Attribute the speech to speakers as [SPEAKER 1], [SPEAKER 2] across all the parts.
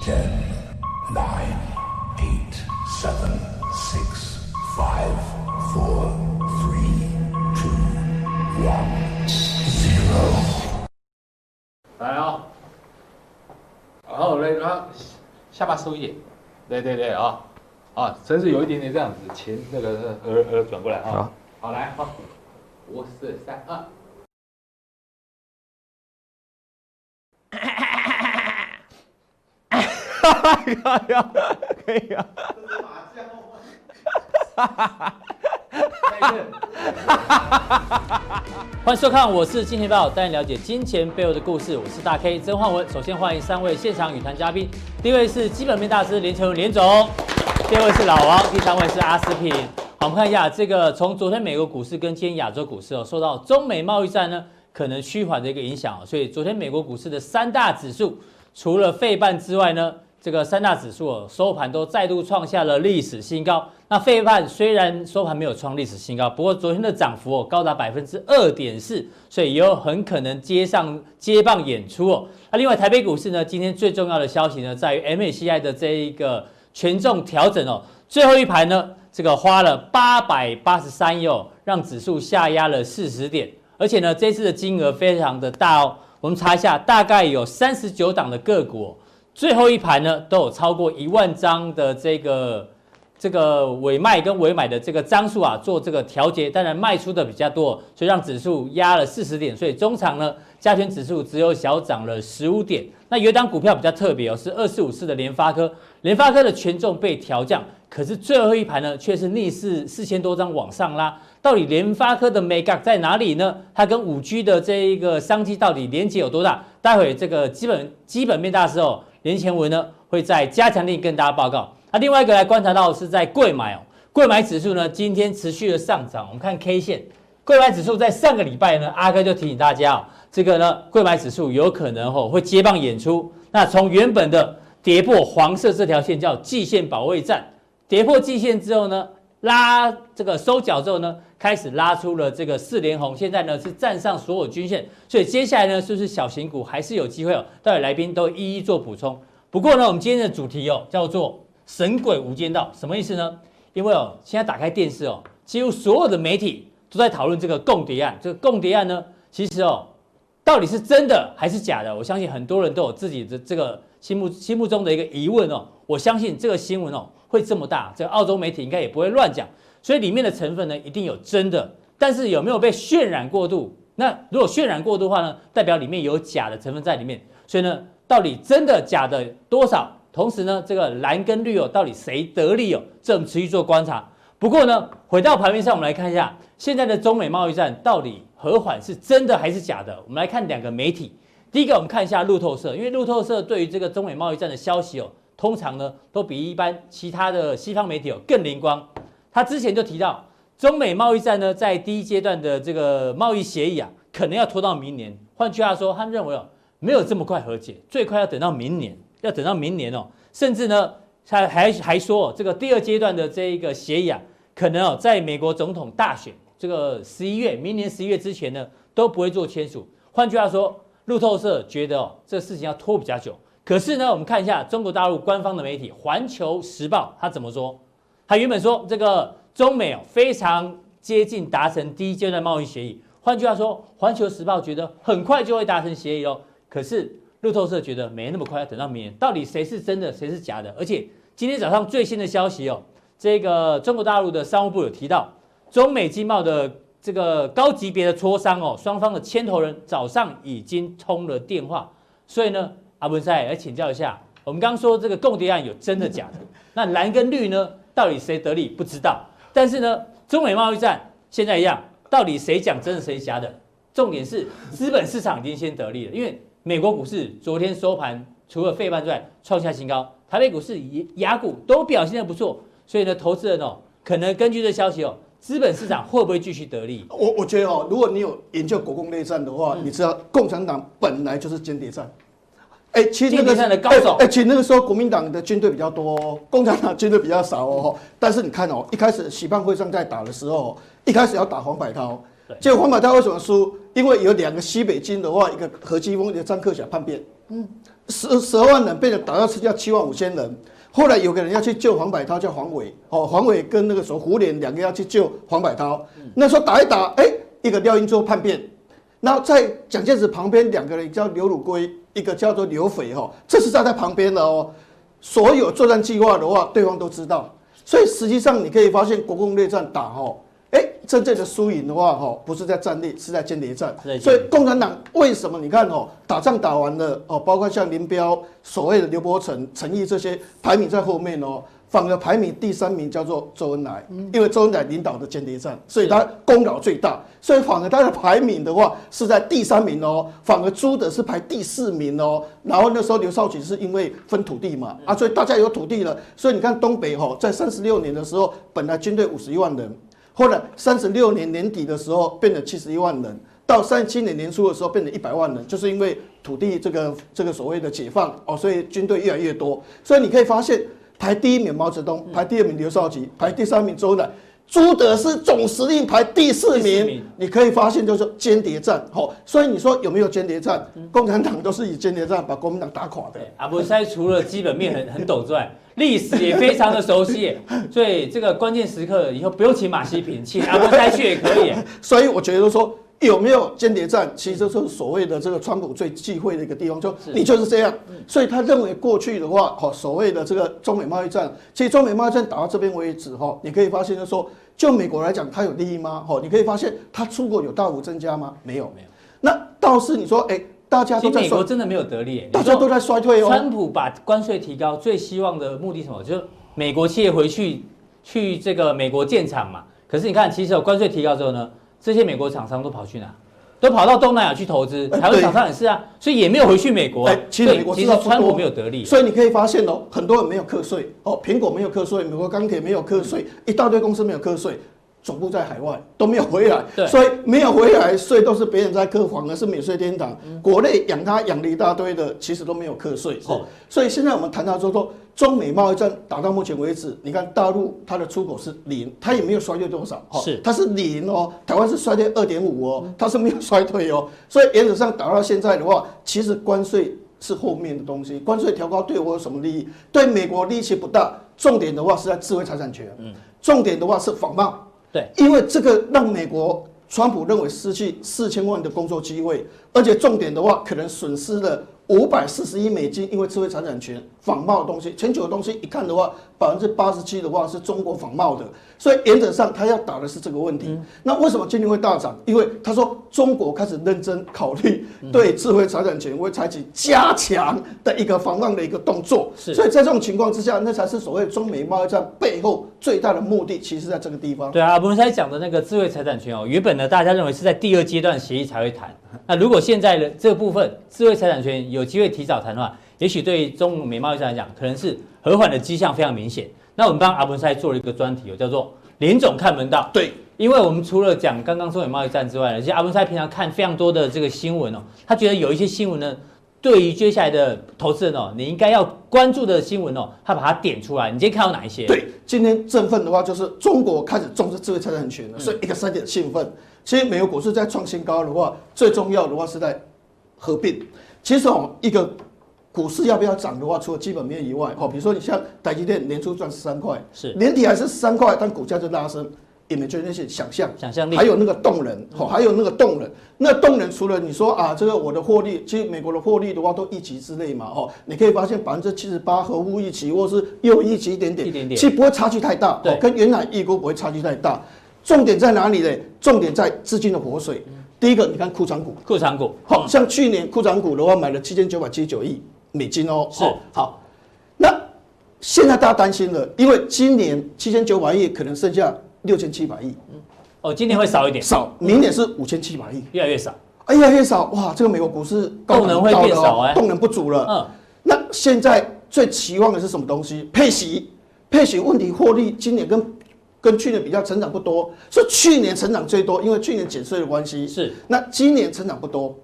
[SPEAKER 1] Ten, nine, eight, seven, six, five, four, three, two, one, zero。
[SPEAKER 2] 来啊、然后嘞，然后下巴收一点，对对对啊、啊，甚至有一点点这样子，前那个呃呃转过来啊、
[SPEAKER 3] 好
[SPEAKER 2] 好来，好，五四三二，
[SPEAKER 3] 可以啊，可以啊，
[SPEAKER 2] 再一次，
[SPEAKER 4] 欢迎收看，我是金钱豹，带你了解金钱背后的故事。我是大 K 曾焕文。首先欢迎三位现场语坛嘉宾，第一位是基本面大师连成文连总，第二位是老王，第三位是阿斯品。好，我们看一下这个从昨天美国股市跟今天亚洲股市哦，受到中美贸易战呢可能趋缓的一个影响哦，所以昨天美国股市的三大指数除了费半之外呢，这个三大指数哦收盘都再度创下了历史新高。那费半虽然收盘没有创历史新高，不过昨天的涨幅哦高达百分之二点四，所以也有很可能接上接棒演出哦。那另外台北股市呢，今天最重要的消息呢，在于 MACI 的这一个权重调整哦，最后一盘呢，这个花了八百八十三亿哦，让指数下压了四十点。而且呢，这次的金额非常的大哦。我们查一下，大概有三十九档的个股、哦，最后一盘呢都有超过一万张的这个这个尾卖跟尾买的这个张数啊做这个调节，当然卖出的比较多，所以让指数压了四十点，所以中场呢加权指数只有小涨了十五点。那有一档股票比较特别哦，是二四五四的联发科，联发科的权重被调降，可是最后一盘呢却是逆势四千多张往上拉。到底联发科的 mega 在哪里呢？它跟五 G 的这一个商机到底连接有多大？待会这个基本基本面大师哦，连前文呢会在加强力跟大家报告。那、另外一个来观察到的是在贵买哦，贵买指数呢今天持续的上涨，我们看 K 线，贵买指数在上个礼拜呢，阿哥就提醒大家哦，这个呢贵买指数有可能哦会接棒演出。那从原本的跌破黄色这条线叫季线保卫战，跌破季线之后呢，拉这个收脚之后呢，开始拉出了这个四连红，现在呢是站上所有均线，所以接下来呢是不是小型股还是有机会哦？待会来宾都一一做补充。不过呢，我们今天的主题哦叫做“神鬼无间道”，什么意思呢？因为哦，现在打开电视哦，几乎所有的媒体都在讨论这个共谍案。这个共谍案呢，其实哦，到底是真的还是假的？我相信很多人都有自己的这个心目心目中的一个疑问哦。我相信这个新闻哦会这么大，这个澳洲媒体应该也不会乱讲，所以里面的成分呢一定有真的，但是有没有被渲染过度？那如果渲染过度的话呢，代表里面有假的成分在里面，所以呢，到底真的假的多少？同时呢，这个蓝跟绿哦，到底谁得利哦？这我们持续做观察。不过呢，回到盘面上，我们来看一下现在的中美贸易战到底和缓是真的还是假的？我们来看两个媒体，第一个我们看一下路透社，因为路透社对于这个中美贸易战的消息哦，通常呢都比一般其他的西方媒体哦更灵光。他之前就提到，中美贸易战呢，在第一阶段的这个贸易协议啊，可能要拖到明年。换句话说，他们认为哦，没有这么快和解，最快要等到明年，要等到明年哦。甚至呢，他还还说、哦，这个第二阶段的这一个协议啊，可能哦，在美国总统大选这个十一月，明年十一月之前呢，都不会做签署。换句话说，路透社觉得哦，这事情要拖比较久。可是呢，我们看一下中国大陆官方的媒体《环球时报》它怎么说。他原本说这个中美哦非常接近达成第一阶段贸易协议，换句话说，《环球时报》觉得很快就会达成协议哦。可是路透社觉得没那么快，要等到明年。到底谁是真的，谁是假的？而且今天早上最新的消息哦，这个中国大陆的商务部有提到，中美经贸的这个高级别的磋商哦，双方的牵头人早上已经通了电话。所以呢，阿文赛来请教一下，我们刚刚说这个共谍案有真的假的？那蓝跟绿呢，到底谁得利不知道？但是呢，中美贸易战现在一样，到底谁讲真的谁假的？重点是资本市场已经先得利了，因为美国股市昨天收盘除了费半之外创下新高，台北股市、雅股都表现得不错，所以呢，投资人哦，可能根据这消息哦，资本市场会不会继续得利？
[SPEAKER 5] 我我觉得哦，如果你有研究国共内战的
[SPEAKER 4] 嗯
[SPEAKER 5] 话，你知道共产党本来就是间谍战。哎、其实那
[SPEAKER 4] 间谍
[SPEAKER 5] 个
[SPEAKER 4] 战的高手
[SPEAKER 5] 哎、哎其实那个时候国民党的军队比较多、哦，共产党军队比较少哦。但是你看哦，一开始洗判会上在打的时候，一开始要打黄百韬
[SPEAKER 4] 对，
[SPEAKER 5] 结果黄百韬为什么输？因为有两个西北军的话，一个何其峰，一个张克侠叛变。嗯，十十二万人被人打到剩下七万五千人。后来有个人要去救黄百韬，叫黄伟，哦，黄伟跟那个什么胡琏两个要去救黄百韬。
[SPEAKER 4] 嗯
[SPEAKER 5] 那时候打一打，哎、一个廖英州叛变，然后在蒋介石旁边两个人叫刘汝瑰，一个叫做刘斐哈，这是站在旁边的哦。所有作战计划的话，对方都知道，所以实际上你可以发现国共内战打哦，哎，真正的输赢的话哦，不是在战力，是在间谍战
[SPEAKER 4] 是在间谍。
[SPEAKER 5] 所以共产党为什么你看哦，打仗打完了哦，包括像林彪、所谓的刘伯承、陈毅这些排名在后面哦。反而排名第三名叫做周恩来，因为周恩来领导的间谍战，所以他功劳最大，所以反而他的排名的话是在第三名哦，反而朱德是排第四名哦。然后那时候刘少奇是因为分土地嘛，啊，所以大家有土地了，所以你看东北吼、在三十六年的时候，本来军队五十一万人，后来三十六年年底的时候变成七十一万人，到三七年年初的时候变成一百万人，就是因为土地这个这个所谓的解放哦，所以军队越来越多，所以你可以发现排第一名毛泽
[SPEAKER 4] 嗯
[SPEAKER 5] 东，排第二名刘少奇，排第三名周恩来。朱德是总司令排第
[SPEAKER 4] 第
[SPEAKER 5] 四
[SPEAKER 4] 四
[SPEAKER 5] 名，
[SPEAKER 4] 名
[SPEAKER 5] 你可以发现就是间谍战，好、所以你说有没有间谍战？
[SPEAKER 4] 嗯
[SPEAKER 5] 共产党都是以间谍战把国民党打垮的。
[SPEAKER 4] 对阿布塞除了基本面很很懂之外，历史也非常的熟悉耶，所以这个关键时刻以后不用请马西平，请阿布塞去也可以耶。
[SPEAKER 5] 所以我觉得说有没有间谍战，其实就是所谓的这个川普最忌讳的一个地方，就是你就是这样。
[SPEAKER 4] 嗯
[SPEAKER 5] 所以他认为过去的话，哦，所谓的这个中美贸易战，其实中美贸易战打到这边为止，哈，你可以发现就是说，就美国来讲，它有利益吗？哦，你可以发现它出口有大幅增加吗？没有，
[SPEAKER 4] 没有。
[SPEAKER 5] 那倒是你说，哎、大家
[SPEAKER 4] 其
[SPEAKER 5] 都
[SPEAKER 4] 实
[SPEAKER 5] 在
[SPEAKER 4] 美国
[SPEAKER 5] 衰，
[SPEAKER 4] 真的没有得利耶，
[SPEAKER 5] 大家都在衰退哦。
[SPEAKER 4] 川普把关税提高，最希望的目的是什么？就是美国企业回去去这个美国建厂嘛。可是你看，其实有关税提高之后呢，这些美国厂商都跑去哪？都跑到东南亚去投资，
[SPEAKER 5] 哎
[SPEAKER 4] 台湾厂商也是啊，所以也没有回去美国啊、
[SPEAKER 5] 哎其实
[SPEAKER 4] 所以
[SPEAKER 5] 美国
[SPEAKER 4] 其
[SPEAKER 5] 知
[SPEAKER 4] 实
[SPEAKER 5] 道不
[SPEAKER 4] 川普
[SPEAKER 5] 多
[SPEAKER 4] 没有得利，啊
[SPEAKER 5] 所以你可以发现哦，很多人没有课税哦，苹果没有课税，美国钢铁没有课税，哦一大堆公司没有课税，总部在海外都没有回来
[SPEAKER 4] 对，
[SPEAKER 5] 所以没有回来税都是别人在课，反而是免税天堂。国内养他养了一大堆的，其实都没有课税
[SPEAKER 4] 是
[SPEAKER 5] 哦。所以现在我们谈到说说中美贸易战打到目前为止，你看大陆它的出口是零，它也没有衰退多少，哦
[SPEAKER 4] 是
[SPEAKER 5] 它是零哦，台湾是衰退二点五哦，它是没有衰退哦，所以原则上打到现在的话，其实关税是后面的东西，关税调高对我有什么利益？对美国利益不大，重点的话是在智慧财产权，重点的话是仿冒，
[SPEAKER 4] 对，
[SPEAKER 5] 因为这个让美国川普认为失去四千万的工作机会，而且重点的话可能损失了。五百四十亿美金，因为智慧财产权仿冒的东西，全球的东西一看的话，百分之八十七的话是中国仿冒的，所以原则上他要打的是这个问题。
[SPEAKER 4] 嗯
[SPEAKER 5] 那为什么今天会大涨？因为他说中国开始认真考虑
[SPEAKER 4] 嗯
[SPEAKER 5] 对智慧财产权会采取加强的一个防范的一个动作。
[SPEAKER 4] 是
[SPEAKER 5] 所以在这种情况之下，那才是所谓中美贸易战背后最大的目的，其实在这个地方。
[SPEAKER 4] 对啊，我们才讲的那个智慧财产权哦，原本呢大家认为是在第二阶段协议才会谈，那如果现在的这部分智慧财产权有机会提早谈的话，也许对中美贸易战来讲，可能是和缓的迹象非常明显。那我们帮阿文塞做了一个专题哦，叫做“林总看门道”。
[SPEAKER 5] 对，
[SPEAKER 4] 因为我们除了讲刚刚中美贸易战之外呢，其实阿文塞平常看非常多的这个新闻哦，他觉得有一些新闻呢，对于接下来的投资人哦，你应该要关注的新闻哦，他把它点出来。你今天看到哪一些？
[SPEAKER 5] 对，今天振奋的话就是中国开始重视智慧财产权了，所以一个三点兴奋。其实美国股市在创新高的话，最重要的话是在合并。其实哦，一个股市要不要涨的话，除了基本面以外，哦，比如说你像台积电年初赚十三块，
[SPEAKER 4] 是
[SPEAKER 5] 年底还是十三块，但股价就拉升。imagination 想象，
[SPEAKER 4] 想象力嗯
[SPEAKER 5] 还有那个动能，哦，还有那个动能。那动能除了你说啊，这个我的获利，其实美国的获利的话都一级之内嘛，哦，你可以发现百分之七十八合乎预期，或是又一级一点点，
[SPEAKER 4] 一点点
[SPEAKER 5] 其实不会差距太大，
[SPEAKER 4] 对
[SPEAKER 5] 哦，跟原来预估不会差距太大。重点在哪里呢？重点在资金的活水。
[SPEAKER 4] 嗯
[SPEAKER 5] 第一个，你看库存股，
[SPEAKER 4] 库藏股。
[SPEAKER 5] 好、像去年库存股的话，买了七千九百七十九亿美金哦。
[SPEAKER 4] 是
[SPEAKER 5] 哦好，那现在大家担心了，因为今年七千九百亿可能剩下六千七百亿，
[SPEAKER 4] 哦，今年会少一点，
[SPEAKER 5] 少，明年是五千七百亿，
[SPEAKER 4] 越来越少。
[SPEAKER 5] 哎呀，越少哇，这个美国股市高
[SPEAKER 4] 动能会
[SPEAKER 5] 高了
[SPEAKER 4] 变
[SPEAKER 5] 哦
[SPEAKER 4] 少哎
[SPEAKER 5] 动能不足了。
[SPEAKER 4] 嗯，
[SPEAKER 5] 那现在最期望的是什么东西？配息，配息问题获利今年跟跟去年比较成长不多，是去年成长最多，因为去年减税的关系。
[SPEAKER 4] 嗯是。
[SPEAKER 5] 那今年成长不多，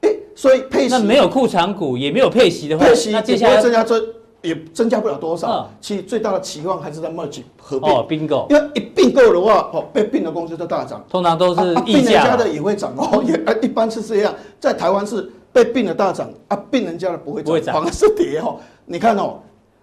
[SPEAKER 5] 哎、所以配息
[SPEAKER 4] 那没有库藏股，也没有配息的话，
[SPEAKER 5] 配息
[SPEAKER 4] 那
[SPEAKER 5] 也
[SPEAKER 4] 接
[SPEAKER 5] 不
[SPEAKER 4] 下
[SPEAKER 5] 会增
[SPEAKER 4] 来
[SPEAKER 5] 加这也增加不了多少。
[SPEAKER 4] 嗯
[SPEAKER 5] 其实最大的期望还是在 merge 合并，
[SPEAKER 4] 哦，bingo，
[SPEAKER 5] 因为一并购的话，哦，被并的公司就大涨。
[SPEAKER 4] 通常都是
[SPEAKER 5] 啊啊
[SPEAKER 4] 溢
[SPEAKER 5] 并人
[SPEAKER 4] 价
[SPEAKER 5] 家
[SPEAKER 4] 嘛
[SPEAKER 5] 呃的也会涨哦，也啊一般是这样，在台湾是被并了大涨啊，并人家的不会
[SPEAKER 4] 不会
[SPEAKER 5] 涨，
[SPEAKER 4] 涨
[SPEAKER 5] 反而是跌哦。你看哦，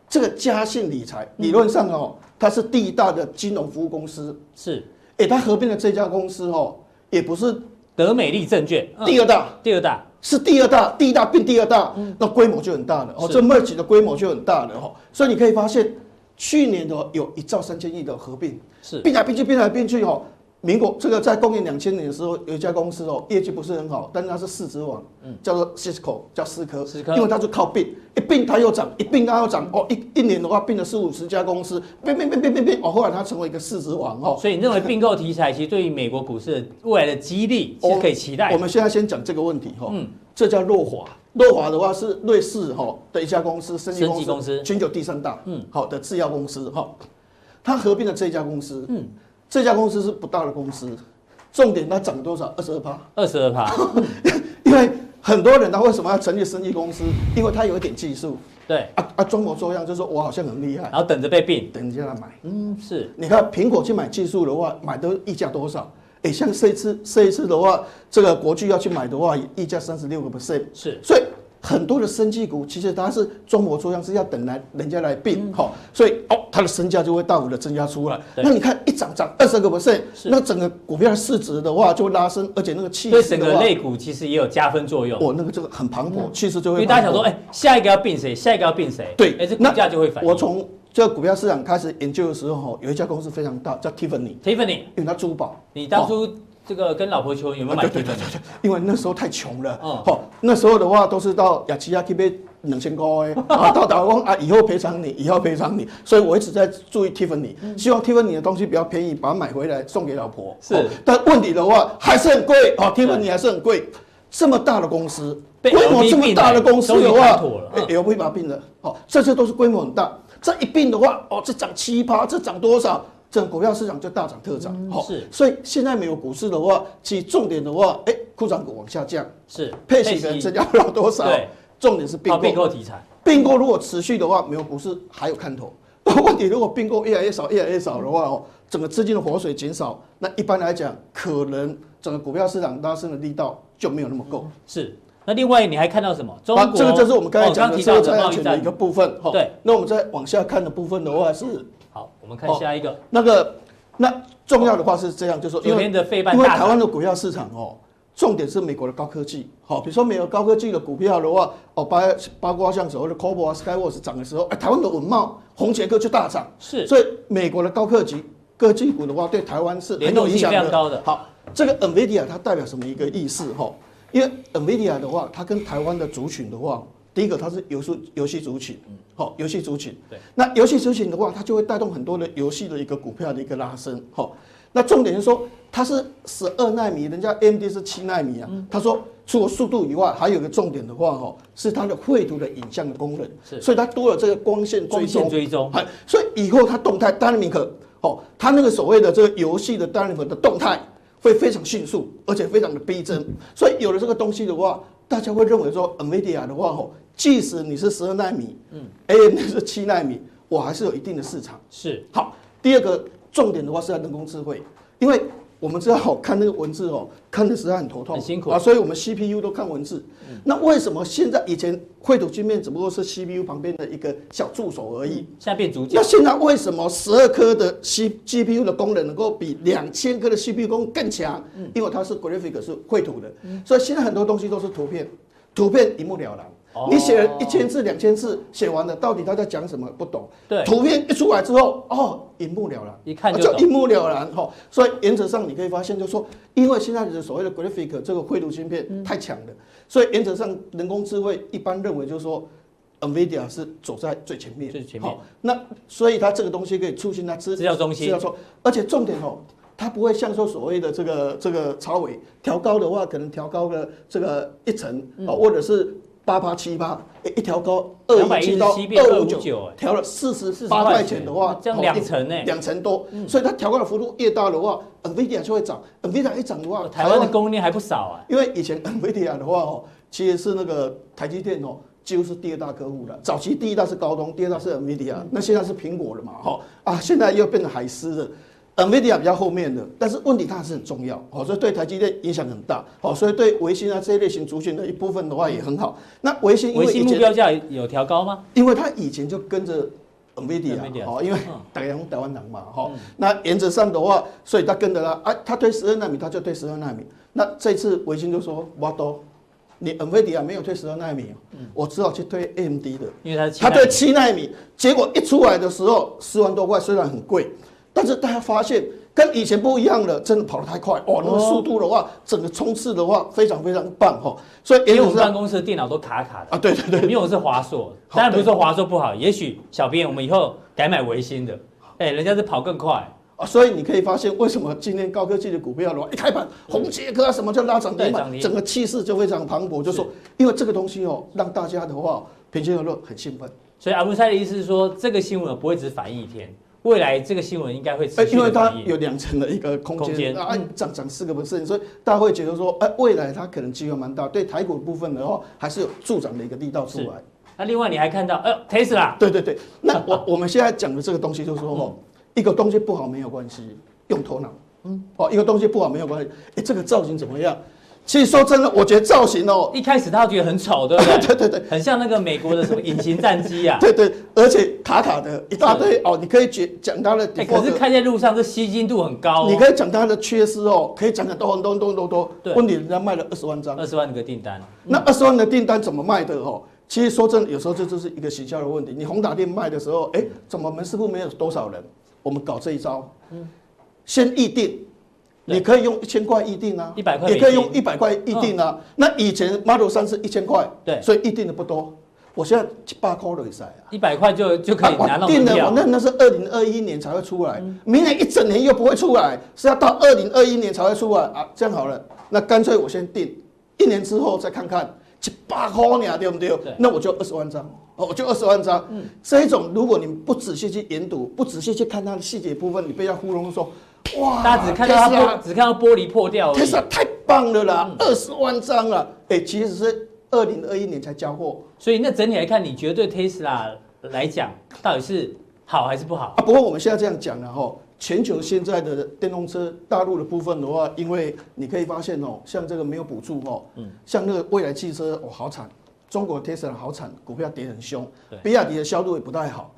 [SPEAKER 5] 这个嘉信理财
[SPEAKER 4] 嗯
[SPEAKER 5] 理论上哦，它是第一大的金融服务公司，
[SPEAKER 4] 是
[SPEAKER 5] 诶，它合并的这家公司哦，也不是
[SPEAKER 4] 德美利证券、嗯
[SPEAKER 5] 第二大，
[SPEAKER 4] 第二大，
[SPEAKER 5] 是第二大，第一大并第二大，那规模就很大了哦。
[SPEAKER 4] 嗯是
[SPEAKER 5] 这 merge 的规模就很大了哦，所以你可以发现，去年的有一兆三千亿的合并，
[SPEAKER 4] 是
[SPEAKER 5] 并来并去，并来并去哦。民国这个在公元两千年的时候，有一家公司哦，业绩不是很好，但是它是市值王，叫做 Cisco，叫思科，
[SPEAKER 4] 嗯思科
[SPEAKER 5] 因为它就靠并，一并它又涨，一并它又涨，哦，一一年的话并了四五十家公司，并并并并并并，哦，后来它成为一个市值王哦。
[SPEAKER 4] 所以你认为并购题材其实对于美国股市的未来的激励是可以期待
[SPEAKER 5] 哦我
[SPEAKER 4] 的？
[SPEAKER 5] 们现在先讲这个问题哈，
[SPEAKER 4] 嗯
[SPEAKER 5] 这叫诺华。诺华的话是瑞士哈的一家公司，生
[SPEAKER 4] 生技公司
[SPEAKER 5] 全球第三大，
[SPEAKER 4] 嗯
[SPEAKER 5] 嗯，好的制药公司哈，它合并了这家公司，
[SPEAKER 4] 嗯
[SPEAKER 5] 嗯，这家公司是不大的公司，重点它涨多少？二十二趴，
[SPEAKER 4] 二十二 趴，
[SPEAKER 5] 因为很多人他为什么要成立生技公司？因为他有一点技术
[SPEAKER 4] 对，
[SPEAKER 5] 啊啊，装模作样，就说我好像很厉害
[SPEAKER 4] 然，后等着被并，
[SPEAKER 5] 等人家来买。
[SPEAKER 4] 嗯，是
[SPEAKER 5] 你看苹果去买技术的话，买的溢价多少？哎，像这一次这一次的话，这个国巨要去买的话，溢价三十六个 percent。
[SPEAKER 4] 是
[SPEAKER 5] 所以很多的生技股其实它是装模作样，是要等来人家来并哈、所以哦，它的身价就会大幅的增加出来。
[SPEAKER 4] 嗯对
[SPEAKER 5] 那你看一涨涨二十个 percent，
[SPEAKER 4] 是
[SPEAKER 5] 那整个股票的市值的话就会拉升，而且那个气
[SPEAKER 4] 对
[SPEAKER 5] 势
[SPEAKER 4] 整
[SPEAKER 5] 的
[SPEAKER 4] 个
[SPEAKER 5] 话，
[SPEAKER 4] 类股其实也有加分作用，
[SPEAKER 5] 哦，那个这个很磅礴，气势就
[SPEAKER 4] 因
[SPEAKER 5] 会。
[SPEAKER 4] 为大家想说，哎，下一个要并谁？下一个要并谁？
[SPEAKER 5] 对，
[SPEAKER 4] 哎，这股
[SPEAKER 5] 那
[SPEAKER 4] 价就会反应。
[SPEAKER 5] 我从这个股票市场开始研究的时候，哈，有一家公司非常大，叫 Tiffany，
[SPEAKER 4] Tiffany，
[SPEAKER 5] 因为它珠宝。
[SPEAKER 4] 你当
[SPEAKER 5] 哦
[SPEAKER 4] 初这个跟老婆求婚有没有买
[SPEAKER 5] 啊对对对
[SPEAKER 4] Tiffany？
[SPEAKER 5] 对，因为那时候太穷了，
[SPEAKER 4] 嗯
[SPEAKER 5] 哦，那时候的话都是到雅琪亚去买两千块 的，啊，到台湾啊，以后赔偿你，以后赔偿你，所以我一直在注意 Tiffany，、希望 Tiffany 的东西比较便宜，把它买回来送给老婆。
[SPEAKER 4] 嗯是
[SPEAKER 5] 哦但问题的话还是很贵哦
[SPEAKER 4] 对
[SPEAKER 5] ，Tiffany 还是很贵。这么大的公司，
[SPEAKER 4] 被
[SPEAKER 5] 规模
[SPEAKER 4] LV
[SPEAKER 5] 这么大的公司
[SPEAKER 4] 并了
[SPEAKER 5] 的
[SPEAKER 4] 终于
[SPEAKER 5] 话
[SPEAKER 4] 谈妥了，
[SPEAKER 5] 哎有不一把并了，哦，这些都是规模很大。这一并的话，哦，这涨七趴，这涨多少？整股票市场就大涨特涨，哦
[SPEAKER 4] 是
[SPEAKER 5] 所以现在美国股市的话，其实重点的话，哎、库存股往下降，
[SPEAKER 4] 是
[SPEAKER 5] 配息可能增加不了多少
[SPEAKER 4] 对，
[SPEAKER 5] 重点是并
[SPEAKER 4] 靠并
[SPEAKER 5] 购。
[SPEAKER 4] 购题材，
[SPEAKER 5] 并购如果持续的话，美国股市还有看头。问题如果并购越来越少，越来越少的话哦，整个资金的活水减少，那一般来讲，可能整个股票市场拉升的力道就没有那么够。
[SPEAKER 4] 是。那另外你还看到什么？中
[SPEAKER 5] 啊
[SPEAKER 4] 国
[SPEAKER 5] 这个就是我们刚才
[SPEAKER 4] 哦
[SPEAKER 5] 讲的
[SPEAKER 4] 提
[SPEAKER 5] 社
[SPEAKER 4] 到
[SPEAKER 5] 会
[SPEAKER 4] 的
[SPEAKER 5] 财
[SPEAKER 4] 贸
[SPEAKER 5] 安
[SPEAKER 4] 易
[SPEAKER 5] 全的
[SPEAKER 4] 战
[SPEAKER 5] 一个。部分。哈
[SPEAKER 4] 对
[SPEAKER 5] 那我们再往下看的部分的话是
[SPEAKER 4] 好，我们看下一个，
[SPEAKER 5] 那个，那重要的话是这样，就是说，
[SPEAKER 4] 昨
[SPEAKER 5] 因为
[SPEAKER 4] 天的费半
[SPEAKER 5] 因为
[SPEAKER 4] 大
[SPEAKER 5] 台
[SPEAKER 4] 涨
[SPEAKER 5] 湾的股票市场哦，重点是美国的高科技。好、比如说美国高科技的股票的话，哦，包包括像所谓的 c o b o 啊、Skyworks 涨的时候，哎，台湾的文茂、红杰哥就大涨。
[SPEAKER 4] 是
[SPEAKER 5] 所以美国的高科技科技股的话，对台湾是很
[SPEAKER 4] 联
[SPEAKER 5] 有
[SPEAKER 4] 动
[SPEAKER 5] 影
[SPEAKER 4] 性
[SPEAKER 5] 响
[SPEAKER 4] 非常
[SPEAKER 5] 的。
[SPEAKER 4] 高的。
[SPEAKER 5] 好，这个 NVIDIA 它代表什么一个意思哈、哦？因为 NVIDIA 的话，它跟台湾的族群的话，第一个它是游戏游戏族群，好、游戏族群。
[SPEAKER 4] 嗯对，
[SPEAKER 5] 那游戏族群的话，它就会带动很多的游戏的一个股票的一个拉升，好、那重点是说，它是十二纳米，人家 AMD 是七纳米啊。
[SPEAKER 4] 嗯
[SPEAKER 5] 他说，除了速度以外，还有一个重点的话，哦，是它的绘图的影像的功
[SPEAKER 4] 是
[SPEAKER 5] 能，所以它多了这个光线追
[SPEAKER 4] 光线
[SPEAKER 5] 踪。
[SPEAKER 4] 追踪
[SPEAKER 5] 哎，所以以后它动态 dynamic 哦，它那个所谓的这个游戏的 dynamic 的动态会非常迅速，而且非常的逼真。所以有了这个东西的话，大家会认为说 NVIDIA 的话，哦，即使你是十二纳米，嗯，AMD 是七纳米，我还是有一定的市场。
[SPEAKER 4] 是
[SPEAKER 5] 好，第二个重点的话是在人工智慧，因为我们知道看那个文字哦，看的实在很头痛，
[SPEAKER 4] 很辛苦嗯
[SPEAKER 5] 啊，所以我们 CPU 都看文字。那为什么现在以前绘图晶面只不过是 CPU 旁边的一个小助手而已？
[SPEAKER 4] 现在变主角
[SPEAKER 5] 那，现在为什么十二颗的 C GPU 的功能能够比两千颗的 CPU 功能更强？
[SPEAKER 4] 嗯
[SPEAKER 5] 因为它是 graphic 是绘图的，所以现在很多东西都是图片，图片一目了然。
[SPEAKER 4] 哦
[SPEAKER 5] 你写了一千字、两千字，写完了，到底他在讲什么不懂？
[SPEAKER 4] 对
[SPEAKER 5] 图片一出来之后，哦，一目了然，
[SPEAKER 4] 一看就
[SPEAKER 5] 啊就
[SPEAKER 4] 懂
[SPEAKER 5] 一目了然哈、哦。所以原则上你可以发现，就是说，因为现在的所谓的 graphic 这个绘图芯片太强了，所以原则上人工智慧一般认为就是说，NVIDIA 是走在最前面，
[SPEAKER 4] 最前面
[SPEAKER 5] 好那所以它这个东西可以促进它资
[SPEAKER 4] 资料中心
[SPEAKER 5] 资料中，而且重点哦，它不会像说所谓的这个这个超伟调高的话，可能调高个这个一层
[SPEAKER 4] 嗯
[SPEAKER 5] 哦，或者是八八七八，诶一调高二一七到
[SPEAKER 4] 217变
[SPEAKER 5] 二五
[SPEAKER 4] 259
[SPEAKER 5] 九
[SPEAKER 4] 哎，
[SPEAKER 5] 调了四十
[SPEAKER 4] 48
[SPEAKER 5] 八
[SPEAKER 4] 块
[SPEAKER 5] 块
[SPEAKER 4] 钱
[SPEAKER 5] 钱的话，
[SPEAKER 4] 这样
[SPEAKER 5] 哦
[SPEAKER 4] 两
[SPEAKER 5] 一
[SPEAKER 4] 层哎
[SPEAKER 5] 两层多，所以它调高的幅度越大的话，NVIDIA 就会涨，NVIDIA 一涨的话，
[SPEAKER 4] 哦台湾的供应链还不少啊。
[SPEAKER 5] 因为以前 NVIDIA 的话哦，其实是那个台积电哦，几乎是第二大客户了。早期
[SPEAKER 4] 嗯
[SPEAKER 5] 哦第一大是高通，第二大是 NVIDIA，、那现在是苹果了嘛，哈、啊，现在又变成海思了。 NVIDIA 比较后面的，但是问题它还是很重要，哦，所以对台积电影响很大，哦，所以对维新啊这一类型族群的一部分的话也很好。那维新因
[SPEAKER 4] 维
[SPEAKER 5] 为
[SPEAKER 4] 新
[SPEAKER 5] 以
[SPEAKER 4] 目
[SPEAKER 5] 前
[SPEAKER 4] 标价有调高吗？
[SPEAKER 5] 因为他以前就跟着 NVIDIA
[SPEAKER 4] NVIDIA
[SPEAKER 5] 哦，因为
[SPEAKER 4] 嗯
[SPEAKER 5] 大家用台湾人嘛哈、哦那原则上的话，所以他跟着他啊，他推十二纳米，他就推十二纳米。那这次维新就说我都，你 NVIDIA 没有推十二纳米、哦
[SPEAKER 4] 嗯
[SPEAKER 5] 我只好去推 AMD 的。
[SPEAKER 4] 因为它是
[SPEAKER 5] 他
[SPEAKER 4] 对
[SPEAKER 5] 对七纳米，结果一出来的时候四万多块，虽然很贵，但是大家发现跟以前不一样了，真的跑得太快哦，那个速度的话，整个冲刺的话非常非常棒哈、哦。所以
[SPEAKER 4] 因
[SPEAKER 5] 原
[SPEAKER 4] 为我们
[SPEAKER 5] 则
[SPEAKER 4] 办
[SPEAKER 5] 上
[SPEAKER 4] 公室的电脑都卡卡的，
[SPEAKER 5] 啊，对对对，
[SPEAKER 4] 因为我是华硕，
[SPEAKER 5] 好
[SPEAKER 4] 当然不是说华硕不好，也许小编我们以后改买维新的，哎，人家是跑更快，
[SPEAKER 5] 啊，所以你可以发现为什么今天高科技的股票的话，一开盘红杰克啊什么就拉涨停
[SPEAKER 4] 对涨
[SPEAKER 5] 板，
[SPEAKER 4] 停
[SPEAKER 5] 整个气势就非常磅礴，就说因为这个东西哦，让大家的话平心而论很兴奋，
[SPEAKER 4] 所以阿布塞的意思是说，这个新闻不会只反映一天，未来这个新闻应该会
[SPEAKER 5] 哎
[SPEAKER 4] 持，续
[SPEAKER 5] 因为
[SPEAKER 4] 的
[SPEAKER 5] 它
[SPEAKER 4] 反映。
[SPEAKER 5] 有两成的一个空
[SPEAKER 4] 空
[SPEAKER 5] 间，
[SPEAKER 4] 间
[SPEAKER 5] 啊，涨涨四个 percent，所以大家会觉得说，哎，未来它可能机会蛮大，对台股部分的话还是有助长的一个力道出
[SPEAKER 4] 是
[SPEAKER 5] 来。
[SPEAKER 4] 那另外你还看到，哎呦，Tesla
[SPEAKER 5] 对 对对，那我我们现在讲的这个东西就是说，哦，一个东西不好没有关系，用头脑。嗯，哦，一个东西不好没有关系，哎，这个造型怎么样？其实说真的，我觉得造型哦，
[SPEAKER 4] 一开始他觉得很丑，对不对？
[SPEAKER 5] 对对对
[SPEAKER 4] 很像那个美国的什么隐形战机 啊。
[SPEAKER 5] 对对，而且卡卡的一大堆哦，你可以讲讲它的
[SPEAKER 4] 哎，
[SPEAKER 5] default，
[SPEAKER 4] 可是开在路上，这吸睛度很高哦。
[SPEAKER 5] 你可以讲它的缺失哦，可以讲的都很多很多很多很
[SPEAKER 4] 对
[SPEAKER 5] 多。问题人家卖了二十万张，
[SPEAKER 4] 二十万个订单，
[SPEAKER 5] 那二十万的订单怎么卖的哦？其实说真的，有时候这就是一个行销的问题。你宏达店卖的时候，哎，怎么门市部没有多少人？我们搞这一招，先预定，
[SPEAKER 4] 对
[SPEAKER 5] 你可以用一千块预定啊，
[SPEAKER 4] 100块
[SPEAKER 5] 也可
[SPEAKER 4] 美金
[SPEAKER 5] 以
[SPEAKER 4] 嗯
[SPEAKER 5] 用一百块预定啊。那以前 Model 三是一千块，
[SPEAKER 4] 对
[SPEAKER 5] 所以预定的不多。我现在七八块了，塞啊。
[SPEAKER 4] 一百块就就可以拿到
[SPEAKER 5] 定
[SPEAKER 4] 门
[SPEAKER 5] 了，
[SPEAKER 4] 票
[SPEAKER 5] 啊
[SPEAKER 4] 嗯
[SPEAKER 5] 我。那那是二零二一年才会出来，明年一整年又不会出来，是要到二零二一年才会出来啊。这样好了，那干脆我先定，一年之后再看看，七八块呢，对不对？
[SPEAKER 4] 对嗯
[SPEAKER 5] 那我就二十万张，哦，我就二十万张。这一种如果你不仔细去研读，不仔细去看它的细节部分，你被它糊弄说，哇，
[SPEAKER 4] 大家只看到它
[SPEAKER 5] Tesla
[SPEAKER 4] 玻，只看到玻璃破掉而已。
[SPEAKER 5] Tesla 太棒了啦，
[SPEAKER 4] 嗯
[SPEAKER 5] 二十万张了，哎，其实是二零二一年才交货。
[SPEAKER 4] 所以那整体来看，你觉得对 Tesla 来讲，到底是好还是不好？
[SPEAKER 5] 啊，不过我们现在这样讲了哈，全球现在的电动车大陆的部分的话，因为你可以发现哦，像这个没有补助哦，像那个未来汽车哦好惨，中国 Tesla 好惨，股票跌很凶
[SPEAKER 4] 对，
[SPEAKER 5] 比亚迪的销路也不太好。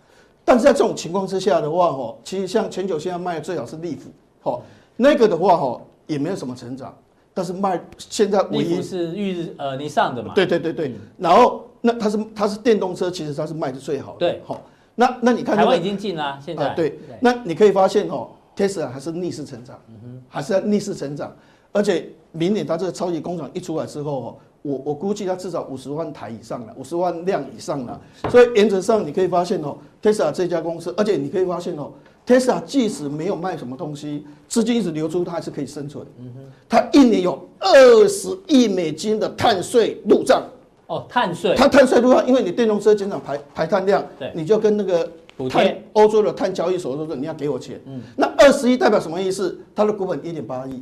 [SPEAKER 5] 但是在这种情况之下的话哦，其实像全球现在卖的最好是利福，哦，那个的话哦也没有什么成长，但是卖现在唯
[SPEAKER 4] 利
[SPEAKER 5] 一
[SPEAKER 4] 福是嗯日呃尼上的嘛？
[SPEAKER 5] 对对对对，然后那它是它是电动车，其实它是卖的最好的，
[SPEAKER 4] 对
[SPEAKER 5] 好、那那你看
[SPEAKER 4] 台
[SPEAKER 5] 那个
[SPEAKER 4] 湾已经进啦，现在
[SPEAKER 5] 啊，对，那你可以发现哦，Tesla 还是逆势成长，
[SPEAKER 4] 嗯
[SPEAKER 5] 还是在逆势成长，而且明年它这个超级工厂一出来之后哦，我我估计它至少五十万台以上了，五十万辆以上了，所以原则上你可以发现哦，Tesla 这家公司，而且你可以发现哦。Tesla 即使没有卖什么东西，资金一直流出，它还是可以生存。
[SPEAKER 4] 嗯
[SPEAKER 5] 它一年有二十亿美金的碳税入账，
[SPEAKER 4] 哦，碳税
[SPEAKER 5] 它碳税入账，因为你电动车减少排排碳量
[SPEAKER 4] 对，
[SPEAKER 5] 你就跟那个
[SPEAKER 4] 补
[SPEAKER 5] 碳
[SPEAKER 4] 贴嗯
[SPEAKER 5] 欧洲的碳交易所说你要给我钱，那二十亿代表什么意思？它的股本一点八亿，
[SPEAKER 4] 哎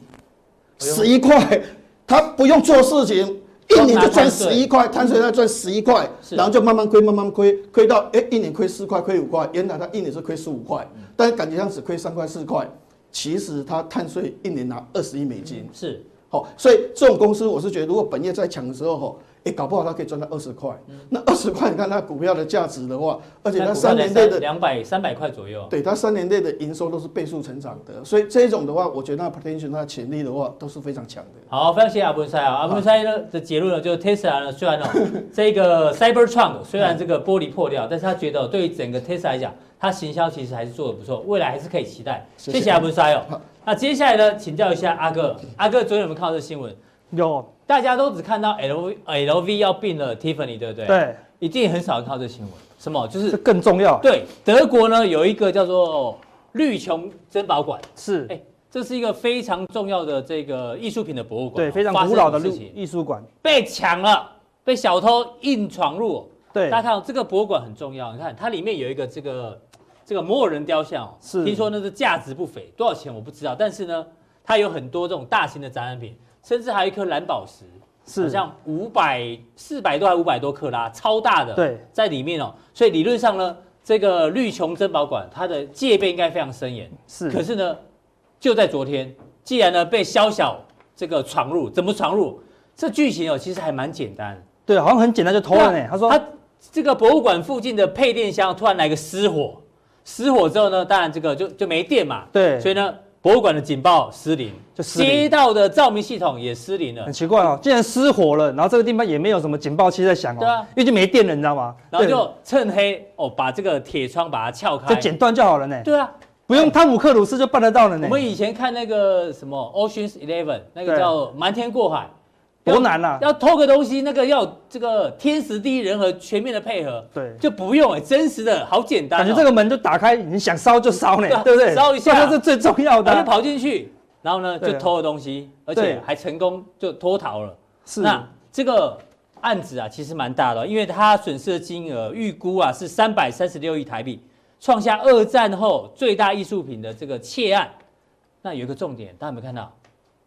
[SPEAKER 5] 十一块，它不用做事情，一年就赚十一块，碳税它赚十一块，
[SPEAKER 4] 是
[SPEAKER 5] 然后就慢慢亏，慢慢亏，亏到哎、一年亏四块，亏五块，原来它一年是亏十五块，
[SPEAKER 4] 嗯
[SPEAKER 5] 但是感觉上只亏三块四块，其实它碳税一年拿二十亿美金，
[SPEAKER 4] 是
[SPEAKER 5] 好、所以这种公司，我是觉得如果本业在抢的时候，吼，哎，搞不好它可以赚到二十块。那二十块，你看它股票的价值的话，而且它三年内的，
[SPEAKER 4] 两百三百块左右，
[SPEAKER 5] 对它三年内的营收都是倍数成长的，所以这种的话，我觉得它 potential 它的潜力的话都是非常强的。
[SPEAKER 4] 好，非常谢谢阿文塞啊！阿文塞呢的结论呢，就是 Tesla 呢，虽然 哦，这个 Cybertruck 虽然这个玻璃破掉，但是他觉得对于整个 Tesla 来讲，它行销其实还是做的不错，未来还是可以期待。
[SPEAKER 5] 谢
[SPEAKER 4] 谢
[SPEAKER 5] 谢
[SPEAKER 4] 谢阿文塞哦
[SPEAKER 5] 好。
[SPEAKER 4] 那接下来呢，请教一下阿哥，阿哥昨天有没有看到这新闻？
[SPEAKER 3] 有
[SPEAKER 4] 大家都只看到 L L V 要并了 Tiffany，对不对？，
[SPEAKER 3] 对，
[SPEAKER 4] 一定很少看到这新闻。什么？就
[SPEAKER 3] 这
[SPEAKER 4] 是
[SPEAKER 3] 更重要，
[SPEAKER 4] 对德国呢有一个叫做绿穹珍宝馆，
[SPEAKER 3] 是
[SPEAKER 4] 哎、，这是一个非常重要的这个艺术品的博物馆哦，
[SPEAKER 3] 对，非常
[SPEAKER 4] 发生
[SPEAKER 3] 古老的
[SPEAKER 4] 什么
[SPEAKER 3] 路
[SPEAKER 4] 事情
[SPEAKER 3] 艺术馆，
[SPEAKER 4] 被抢了，被小偷硬闯入哦。
[SPEAKER 3] 对
[SPEAKER 4] 大家，看哦，这个博物馆很重要，你看它里面有一个这个这个摩尔人雕像哦，
[SPEAKER 3] 是
[SPEAKER 4] 听说那是价值不菲，多少钱我不知道，但是呢，它有很多这种大型的展览品，甚至还有一颗蓝宝石，好
[SPEAKER 3] 是，
[SPEAKER 4] 像五百四百多还五百多克拉，超大的，
[SPEAKER 3] 对，
[SPEAKER 4] 在里面哦。所以理论上呢，这个绿穹珍宝馆它的戒备应该非常森严，
[SPEAKER 3] 是
[SPEAKER 4] 可是呢，就在昨天，既然呢被萧小这个闯入，怎么闯入？这剧情哦，其实还蛮简单。
[SPEAKER 6] 对，好像很简单就偷了
[SPEAKER 4] 对啊
[SPEAKER 6] 哎呢。他说
[SPEAKER 4] 他这个博物馆附近的配电箱突然来个失火，失火之后呢，当然这个就就没电嘛。
[SPEAKER 6] 对
[SPEAKER 4] 所以呢，博物馆的警报失灵，
[SPEAKER 6] 就失灵
[SPEAKER 4] 街道的照明系统也失灵了
[SPEAKER 6] 很。奇怪哦，竟然失火了，然后这个地方也没有什么警报器在响哦，
[SPEAKER 4] 对啊
[SPEAKER 6] 因为就没电了，你知道吗？
[SPEAKER 4] 然后
[SPEAKER 6] 对
[SPEAKER 4] 就趁黑哦，把这个铁窗把它撬开。
[SPEAKER 6] 再剪断就好了呢，
[SPEAKER 4] 对啊，
[SPEAKER 6] 不用汤姆克鲁斯就办得到了呢
[SPEAKER 4] 我。们以前看那个什么《Ocean's Eleven》，那个
[SPEAKER 6] 对
[SPEAKER 4] 叫《瞒天过海》，
[SPEAKER 6] 多难啊
[SPEAKER 4] 要！要偷个东西，那个要这个天时地利人和全面的配合，
[SPEAKER 6] 对
[SPEAKER 4] 就不用哎、真实的好简单、哦，
[SPEAKER 6] 感觉这个门就打开，你想烧就烧呢
[SPEAKER 4] 对啊，
[SPEAKER 6] 对不对？
[SPEAKER 4] 烧一下
[SPEAKER 6] 对这是最重要的
[SPEAKER 4] 哦他就
[SPEAKER 6] 啊。
[SPEAKER 4] 跑进去，然后呢
[SPEAKER 6] 对
[SPEAKER 4] 就
[SPEAKER 6] 啊
[SPEAKER 4] 偷了东西，而
[SPEAKER 6] 对
[SPEAKER 4] 且还成功就脱逃了。
[SPEAKER 6] 是
[SPEAKER 4] 那这个案子啊，其实蛮大的哦，因为它损失的金额预估啊是三百三十六亿台币，创下二战后最大艺术品的这个窃案。那有一个重点，大家有没有看到？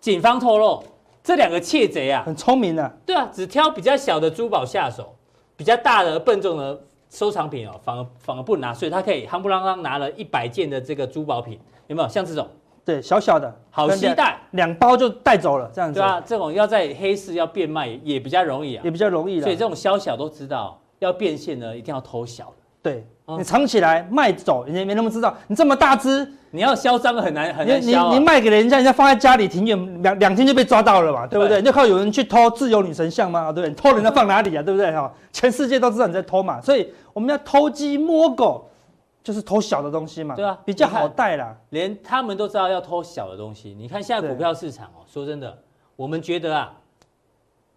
[SPEAKER 4] 警方透露，这两个窃贼啊，
[SPEAKER 6] 很聪明啊，
[SPEAKER 4] 对啊，只挑比较小的珠宝下手，比较大的笨重的收藏品哦，反而反而不拿，所以他可以夯不啷当拿了一百件的这个珠宝品，有没有？像这种。
[SPEAKER 6] 对，小小的，
[SPEAKER 4] 好
[SPEAKER 6] 跟
[SPEAKER 4] 携带
[SPEAKER 6] 两，两包就带走了，这样子
[SPEAKER 4] 对，啊，这种要在黑市要变卖也也比较容易啊
[SPEAKER 6] 也，比较容易了。
[SPEAKER 4] 所以这种小小都知道，要变现呢一定要偷小的，
[SPEAKER 6] 对
[SPEAKER 4] 嗯
[SPEAKER 6] 你藏起来卖走，人家没那么知道。你这么大只，
[SPEAKER 4] 你要嚣张很难很
[SPEAKER 6] 你
[SPEAKER 4] 难
[SPEAKER 6] 你
[SPEAKER 4] 销、啊
[SPEAKER 6] 你卖给人家，人家放在家里庭院两两天就被抓到了嘛，对不对？
[SPEAKER 4] 对
[SPEAKER 6] 你就靠有人去偷自由女神像嘛，对不对？你偷人家放哪里啊，对不对？哈，全世界都知道你在偷嘛，所以我们要偷鸡摸狗，就是偷小的东西嘛，
[SPEAKER 4] 对啊
[SPEAKER 6] 比较
[SPEAKER 4] 你看
[SPEAKER 6] 好带啦。
[SPEAKER 4] 连他们都知道要偷小的东西。你看现在股
[SPEAKER 6] 对
[SPEAKER 4] 票市场哦，说真的，我们觉得啊，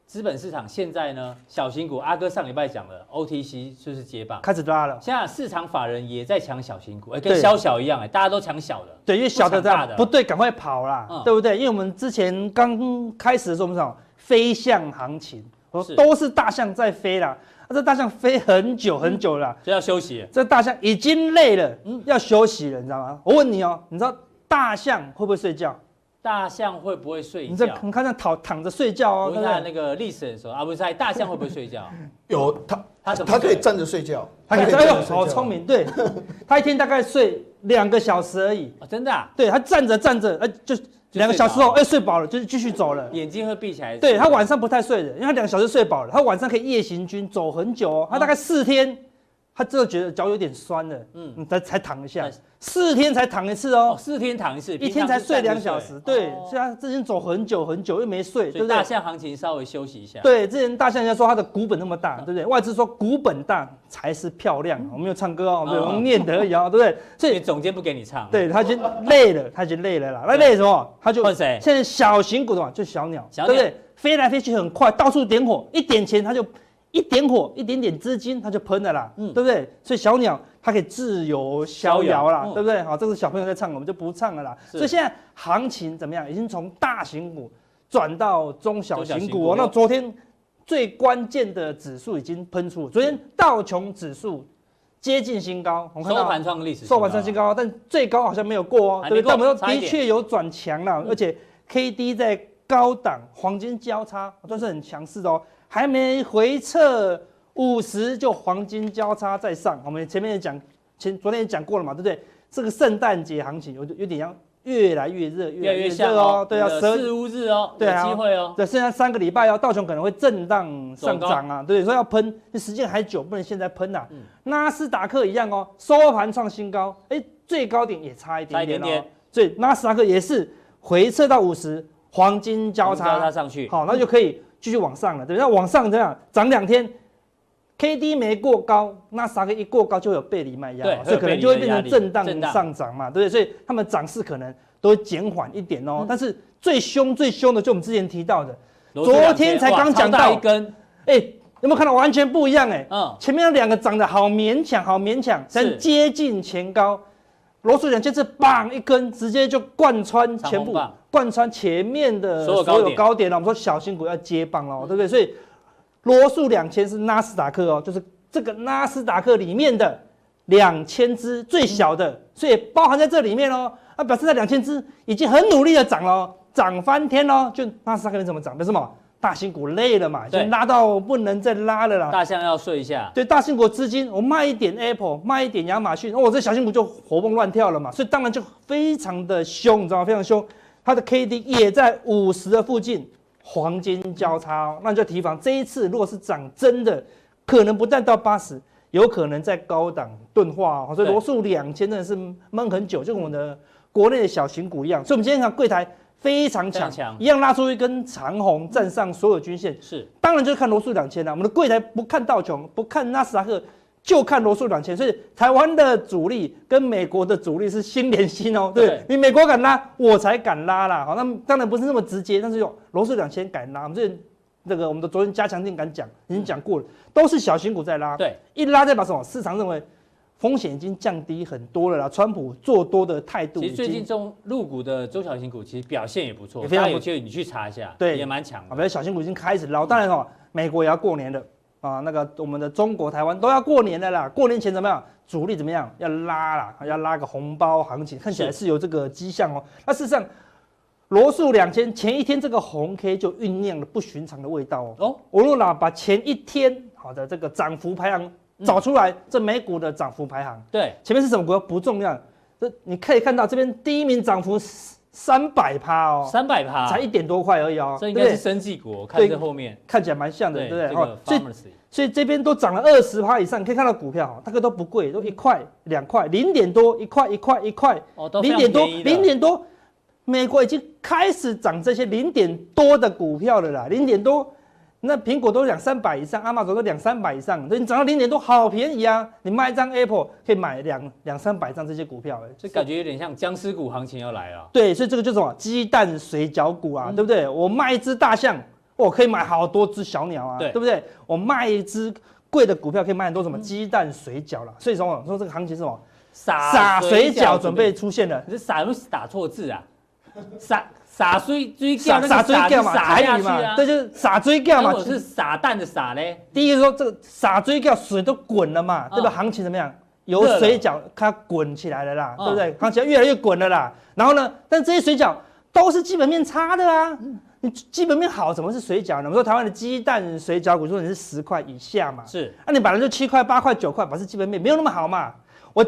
[SPEAKER 4] 资本市场现在呢，小型股阿哥上礼拜讲了，OTC 就是接棒，
[SPEAKER 6] 开始拉了，
[SPEAKER 4] 现在市场法人也在抢小型股，哎、跟
[SPEAKER 6] 对
[SPEAKER 4] 小小一样哎、大家都抢小的，
[SPEAKER 6] 对，因为小的
[SPEAKER 4] 不抢大
[SPEAKER 6] 大
[SPEAKER 4] 的
[SPEAKER 6] 不对，赶快跑啦，
[SPEAKER 4] 嗯
[SPEAKER 6] 对不对？因为我们之前刚开始的时候，我们讲飞象行情，我
[SPEAKER 4] 是
[SPEAKER 6] 说都是大象在飞啦，啊、这大象飞很久
[SPEAKER 4] 嗯
[SPEAKER 6] 很久了啦。
[SPEAKER 4] 所以要休息。
[SPEAKER 6] 这大象已经累了，嗯要休息了，你知道吗？我问你哦，你知道大象会不会睡觉？
[SPEAKER 4] 大象会不会睡
[SPEAKER 6] 你这
[SPEAKER 4] 觉？
[SPEAKER 6] 你看这样躺躺着睡觉哦，
[SPEAKER 4] 我
[SPEAKER 6] 对
[SPEAKER 4] 问
[SPEAKER 6] 不
[SPEAKER 4] 他
[SPEAKER 6] 对？
[SPEAKER 4] 那个历史的时候，阿文赛大象会不会睡觉？
[SPEAKER 5] 有他
[SPEAKER 4] 他怎么
[SPEAKER 5] 他可以
[SPEAKER 4] 睡
[SPEAKER 5] 站着睡觉，
[SPEAKER 6] 他
[SPEAKER 5] 可以
[SPEAKER 6] 哎
[SPEAKER 5] 站
[SPEAKER 6] 呦，
[SPEAKER 5] 着睡觉
[SPEAKER 6] 好聪，明，对，他一天大概睡两个小时而已，
[SPEAKER 4] 哦，真的、啊，
[SPEAKER 6] 对他站着站着，哎，就两个小时后，哎，睡饱了，就是继续走了。
[SPEAKER 4] 眼睛会闭起来。
[SPEAKER 6] 对他晚上不太睡的，因为他两个小时睡饱了，他晚上可以夜行军走很久哦，他大概四天，他真的觉得脚有点酸了，
[SPEAKER 4] 嗯
[SPEAKER 6] 嗯，才才躺一下
[SPEAKER 4] 那，
[SPEAKER 6] 四天才躺一次哦
[SPEAKER 4] 哦，四天躺一次，
[SPEAKER 6] 一
[SPEAKER 4] 平常
[SPEAKER 6] 天
[SPEAKER 4] 是
[SPEAKER 6] 才睡
[SPEAKER 4] 站着
[SPEAKER 6] 两小时，对，
[SPEAKER 4] 哦
[SPEAKER 6] 所以他之前走很久很久又没睡，
[SPEAKER 4] 所
[SPEAKER 6] 对
[SPEAKER 4] 以
[SPEAKER 6] 不
[SPEAKER 4] 大
[SPEAKER 6] 对？
[SPEAKER 4] 象啊行情稍微休息一下。，
[SPEAKER 6] 对，之前大象人家说他的股本那么
[SPEAKER 4] 嗯
[SPEAKER 6] 大，对不对？外资说股本大才是漂亮，我没有唱歌哦，对，
[SPEAKER 4] 哦
[SPEAKER 6] 我们念得而已哦，对不 对？所
[SPEAKER 4] 所以
[SPEAKER 6] 以
[SPEAKER 4] 总监不给你唱。，啊
[SPEAKER 6] 对他已经累了，他已经累了啦，那累了什么？他就
[SPEAKER 4] 换谁
[SPEAKER 6] 现在小型股的嘛，就小鸟，
[SPEAKER 4] 小
[SPEAKER 6] 对
[SPEAKER 4] 鸟
[SPEAKER 6] 不对？飞来飞去很快，到处点火，一点钱他就一点火，一点点资金他就喷了啦，
[SPEAKER 4] 嗯
[SPEAKER 6] 对不对？所以小鸟它可以自由逍遥啦
[SPEAKER 4] 逍，遥嗯
[SPEAKER 6] 对不对？好，这是小朋友在唱，我们就不唱了啦。
[SPEAKER 4] 是
[SPEAKER 6] 所以现在行情怎么样？已经从大型股转到中小
[SPEAKER 4] 中小
[SPEAKER 6] 型
[SPEAKER 4] 型
[SPEAKER 6] 股
[SPEAKER 4] 股
[SPEAKER 6] 哦
[SPEAKER 4] 哦。
[SPEAKER 6] 那昨天最关键的指数已经喷出，昨天道琼指数接近新高，我们看
[SPEAKER 4] 收
[SPEAKER 6] 到
[SPEAKER 4] 盘创历史啊
[SPEAKER 6] 收盘创新。高，但最高好像没有过哦，
[SPEAKER 4] 还
[SPEAKER 6] 对
[SPEAKER 4] 没
[SPEAKER 6] 不对？但
[SPEAKER 4] 过
[SPEAKER 6] 我们说
[SPEAKER 4] 差一
[SPEAKER 6] 的
[SPEAKER 4] 点嗯
[SPEAKER 6] 确有转强了，而且 K D 在高档黄金交叉都是很强势的哦，还没回撤五十就黄金交叉在上。我们前面也讲，前昨天也讲过了嘛，对不对？这个圣诞节行情有有点像越来越热，
[SPEAKER 4] 越来越像
[SPEAKER 6] 热哦
[SPEAKER 4] 哦，，
[SPEAKER 6] 对啊，
[SPEAKER 4] 你的
[SPEAKER 6] 十二
[SPEAKER 4] 四五日哦，
[SPEAKER 6] 对
[SPEAKER 4] 有
[SPEAKER 6] 啊
[SPEAKER 4] 机会哦，
[SPEAKER 6] 对，剩下三个礼拜哦，道琼可能会震荡上涨啊，对，所以要喷，那时间还久，不能现在喷呐、
[SPEAKER 4] 嗯
[SPEAKER 6] 啊。纳斯达克一样哦，收盘创新高，哎，最高点也差一点点哦，
[SPEAKER 4] 差一点点
[SPEAKER 6] 所以纳斯达克也是回撤到五十，黄金交
[SPEAKER 4] 交
[SPEAKER 6] 叉
[SPEAKER 4] 叉，上去。
[SPEAKER 6] 好，那就可以继续往上了，对，那往上这样涨两天。K D 没过高，纳斯达克一过高就有背离卖压
[SPEAKER 4] 对
[SPEAKER 6] 嘛，所以可能就会变成震荡
[SPEAKER 4] 震荡
[SPEAKER 6] 上涨嘛，对不对？所以他们涨势可能都会减缓一点哦。但是最凶最凶的，就我们之前提到的，
[SPEAKER 4] 罗志祥
[SPEAKER 6] 昨天才
[SPEAKER 4] 哇
[SPEAKER 6] 刚讲
[SPEAKER 4] 超大
[SPEAKER 6] 到
[SPEAKER 4] 一根，
[SPEAKER 6] 哎、有没有看到完全不一样、哎、
[SPEAKER 4] 嗯，
[SPEAKER 6] 前面那两个涨得好勉强，好勉强，
[SPEAKER 4] 是
[SPEAKER 6] 但接近前高。罗素两千次棒一根，直接就贯穿
[SPEAKER 4] 长
[SPEAKER 6] 全
[SPEAKER 4] 红
[SPEAKER 6] 部
[SPEAKER 4] 棒，
[SPEAKER 6] 贯穿前面的
[SPEAKER 4] 所有高
[SPEAKER 6] 所有
[SPEAKER 4] 点嗯
[SPEAKER 6] 高点了。我们说小型股要接棒喽，对不对？所以罗素两千是纳斯达克哦，就是这个纳斯达克里面的两千只最小的，所以包含在这里面哦。啊，哦表示那两千只已经很努力的涨了哦，涨翻天喽。就纳斯达克没怎么涨，表示什么？大新股累了嘛，已
[SPEAKER 4] 对
[SPEAKER 6] 经拉到不能再拉了啦。
[SPEAKER 4] 大象要睡一下，
[SPEAKER 6] 对大新股资金，我卖一点 Apple，卖一点亚马逊，哦，我这小新股就活蹦乱跳了嘛，所以当然就非常的凶，你知道吗？非常凶，它的 K D 也在五十的附近，黄金交叉、哦，那你就提防这一次如果是涨真的，可能不但到八十，有可能在高档钝化、哦，所以
[SPEAKER 4] 对
[SPEAKER 6] 罗素两千真的是闷很久，就跟我们的国内的小型股一样，所以我们今天看柜台非常
[SPEAKER 4] 非常
[SPEAKER 6] 强，
[SPEAKER 4] 强
[SPEAKER 6] 一样拉出一根长红，站上所有均线，
[SPEAKER 4] 是
[SPEAKER 6] 当然就是看罗素两千啦。我们的柜台不看道琼，不看纳斯达克，就看罗素两千。所以台湾的主力跟美国的主力是心连心哦。对
[SPEAKER 4] 对
[SPEAKER 6] 你美国敢拉，我才敢拉啦。好，那当然不是那么直接，但是有罗素两千敢拉，我们这那个我们的昨天加强定敢讲，已经讲过了，都是小型股在拉。
[SPEAKER 4] 嗯对，
[SPEAKER 6] 一拉再把什么市场认为风险已经降低很多了啦。川普做多的态度
[SPEAKER 4] 其
[SPEAKER 6] 已
[SPEAKER 4] 实最近
[SPEAKER 6] 经。
[SPEAKER 4] 中入股的中小型股其实表现也不错，
[SPEAKER 6] 也非
[SPEAKER 4] 大家
[SPEAKER 6] 常不
[SPEAKER 4] 有机会你去查一下，
[SPEAKER 6] 对
[SPEAKER 4] 也蛮强
[SPEAKER 6] 啊，
[SPEAKER 4] 的。
[SPEAKER 6] 不是小型股已经开始捞。当然哦，美国也要过年了啊，那个我们的中国、台湾都要过年了啦。过年前怎么样？主力怎么样？要拉啦，要拉个红包行情，看起来是有这个迹象哦。那事实上，罗素两千前一天这个红 K 就酝酿了不寻常的味道哦。
[SPEAKER 4] 哦，
[SPEAKER 6] 我若拿把前一天好的这个涨幅排行找出来，这美股的涨幅排行。
[SPEAKER 4] 对，
[SPEAKER 6] 前面是什么股票不重要，这你可以看到这边第一名涨幅三百趴哦，
[SPEAKER 4] 三百趴，
[SPEAKER 6] 才一点多块而已哦，
[SPEAKER 4] 这应
[SPEAKER 6] 对
[SPEAKER 4] 该
[SPEAKER 6] 不对
[SPEAKER 4] 是生技股，我看
[SPEAKER 6] 对
[SPEAKER 4] 这后面，
[SPEAKER 6] 看起来蛮像的，
[SPEAKER 4] 对
[SPEAKER 6] 对不对？
[SPEAKER 4] 这
[SPEAKER 6] 哦
[SPEAKER 4] 个，
[SPEAKER 6] 所以
[SPEAKER 4] pharmacy
[SPEAKER 6] 所以这边都涨了二十趴以上，你可以看到股票哦哈，大概都不
[SPEAKER 4] 嗯
[SPEAKER 6] 贵，都一块、两块、零点多、一块、一块、一块、
[SPEAKER 4] 哦，都非
[SPEAKER 6] 零
[SPEAKER 4] 常
[SPEAKER 6] 点多、
[SPEAKER 4] 便宜的
[SPEAKER 6] 零点多，美国已经开始涨这些零点多的股票了啦，零点多，那苹果都两三百以上，阿玛总都两三百以上，所以你涨到零点多好便宜啊！你卖一张 Apple 可以买两两三百张这些股票、欸，
[SPEAKER 4] 这感觉有点像僵尸股行情要来了。
[SPEAKER 6] 对，所以这个就是什么鸡蛋水饺股
[SPEAKER 4] 嗯
[SPEAKER 6] 啊，对不对？我卖一只大象，我可以买好多只小鸟啊，
[SPEAKER 4] 对嗯
[SPEAKER 6] 不对？我卖一只贵的股票，可以卖很多什么鸡蛋水饺啦。所以说，说这个行情是什么？
[SPEAKER 4] 撒
[SPEAKER 6] 撒水饺准备，出现了。
[SPEAKER 4] 你这撒有没有打错字啊？撒撒水追
[SPEAKER 6] 撒
[SPEAKER 4] 那个
[SPEAKER 6] 撒追
[SPEAKER 4] 就
[SPEAKER 6] 饺嘛，
[SPEAKER 4] 撒
[SPEAKER 6] 台
[SPEAKER 4] 下
[SPEAKER 6] 语
[SPEAKER 4] 去
[SPEAKER 6] 嘛，
[SPEAKER 4] 啊。
[SPEAKER 6] 对，就是撒追饺
[SPEAKER 4] 如
[SPEAKER 6] 嘛。
[SPEAKER 4] 果是撒蛋的撒嘞，
[SPEAKER 6] 第一个说这个撒追饺水都滚了嘛，
[SPEAKER 4] 嗯
[SPEAKER 6] 对吧？行情怎么样？由
[SPEAKER 4] 热了
[SPEAKER 6] 水饺它滚起来了啊啦，
[SPEAKER 4] 嗯
[SPEAKER 6] 对不对？行情越来越滚了啦。然后呢，但这些水饺都是基本面差的啊。你基本面好，怎么是水饺呢？我们说台湾的鸡蛋水饺股，说你是十块以下嘛，啊
[SPEAKER 4] 是
[SPEAKER 6] 那、你本来就七块、八块、九块，表示基本面没有那么好嘛。我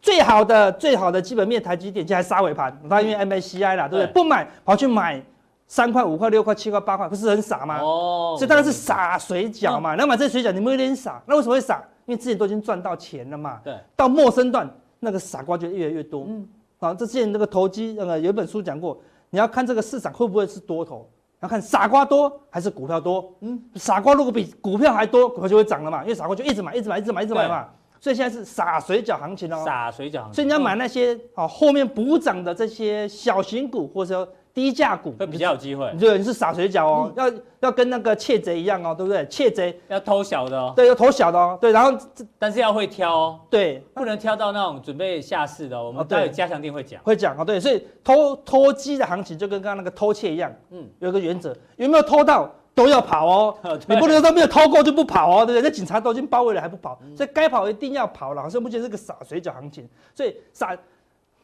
[SPEAKER 6] 最好的、最好的基本面，台积电现在杀尾盘，它因为 MACI 啦，对不对？
[SPEAKER 4] 对
[SPEAKER 6] 不买跑去买三块、五块、六块、七块、八块，不是很傻吗？
[SPEAKER 4] 哦嗯
[SPEAKER 6] 所以当然是撒水饺嘛。那买这水饺，你们有点傻。那为什么会傻？因为之前都已经赚到钱了嘛。
[SPEAKER 4] 对，
[SPEAKER 6] 到陌生段，那个傻瓜就越来越多。嗯，好，这之前那个投机，那个有一本书讲过，你要看这个市场会不会是多头，要看傻瓜多还是股票多。嗯，傻瓜如果比股票还多，股票就会涨了嘛，因为傻瓜就一直买，一直买，一直买，一直买嘛。所以现在是撒水饺行情哦。
[SPEAKER 4] 嗯撒水饺行情，
[SPEAKER 6] 所以你要买那些啊、哦后面补涨的这些小型股或者说低价股，
[SPEAKER 4] 会比较有机会，
[SPEAKER 6] 对，你是撒水饺哦，要要跟那个窃贼一样哦，对不对？窃贼
[SPEAKER 4] 要偷小的哦，
[SPEAKER 6] 对要投小的哦，对，然后这
[SPEAKER 4] 但是要会挑哦，
[SPEAKER 6] 对
[SPEAKER 4] 不能挑到那种准备下市的哦。我
[SPEAKER 6] 哦
[SPEAKER 4] 们
[SPEAKER 6] 对
[SPEAKER 4] 待会加强店会讲，
[SPEAKER 6] 会讲哦，对，所以偷偷鸡的行情就跟刚刚那个偷窃一样，
[SPEAKER 4] 嗯
[SPEAKER 6] 嗯，有一个原则，有没有偷到都要跑哦
[SPEAKER 4] 对，
[SPEAKER 6] 你不能说没有偷过就不跑哦，对不对？那警察都已经包围了还不跑，所以该跑一定要跑了，所以目前是个撒水饺行情，所以撒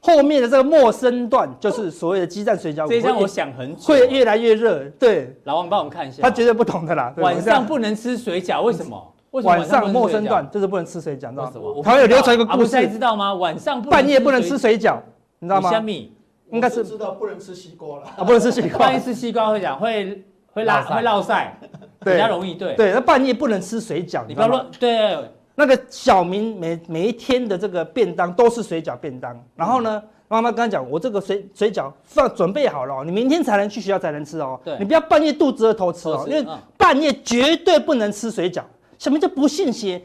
[SPEAKER 6] 后面的这个陌生段就是所谓的鸡蛋水饺股，
[SPEAKER 4] 这一张
[SPEAKER 6] 会
[SPEAKER 4] 我想很久
[SPEAKER 6] 会
[SPEAKER 4] 哦，
[SPEAKER 6] 越来越热，对
[SPEAKER 4] 老王帮我们看一下，
[SPEAKER 6] 他绝对不懂的啦，
[SPEAKER 4] 啊
[SPEAKER 6] 对
[SPEAKER 4] 晚
[SPEAKER 6] 这样
[SPEAKER 4] 上不能吃水饺，为什么？为什么
[SPEAKER 6] 晚上陌生段
[SPEAKER 4] 不
[SPEAKER 6] 就是不能吃水饺，
[SPEAKER 4] 能
[SPEAKER 6] 你知道
[SPEAKER 4] 吃水饺？为什
[SPEAKER 6] 吗
[SPEAKER 4] 么？
[SPEAKER 6] 台湾有流传一个故
[SPEAKER 4] 啊不是还
[SPEAKER 6] 事
[SPEAKER 4] 知，道吗？晚上不能
[SPEAKER 6] 半夜不能吃水饺，你
[SPEAKER 4] 你
[SPEAKER 6] 知道吗？
[SPEAKER 4] 虾米，
[SPEAKER 6] 应该是
[SPEAKER 5] 我知道不能吃西瓜了。
[SPEAKER 6] 啊，不能吃水
[SPEAKER 4] 万一
[SPEAKER 6] 饺，
[SPEAKER 4] 吃西瓜会讲会会拉
[SPEAKER 6] 落塞
[SPEAKER 4] 会落晒，比
[SPEAKER 6] 对
[SPEAKER 4] 较容易对。
[SPEAKER 6] 对，那半夜不能吃水饺，
[SPEAKER 4] 你
[SPEAKER 6] 你
[SPEAKER 4] 不
[SPEAKER 6] 知
[SPEAKER 4] 要
[SPEAKER 6] 道吗？
[SPEAKER 4] 乱对，
[SPEAKER 6] 那个小明每每一天的这个便当都是水饺便当，然后呢，妈妈跟他讲，我这个水水饺放准备好了哦，你明天才能去学校才能吃哦
[SPEAKER 4] 对，
[SPEAKER 6] 你不要半夜肚子饿偷吃哦
[SPEAKER 4] 偷，吃
[SPEAKER 6] 因为
[SPEAKER 4] 嗯
[SPEAKER 6] 半夜绝对不能吃水饺。小明就不信邪，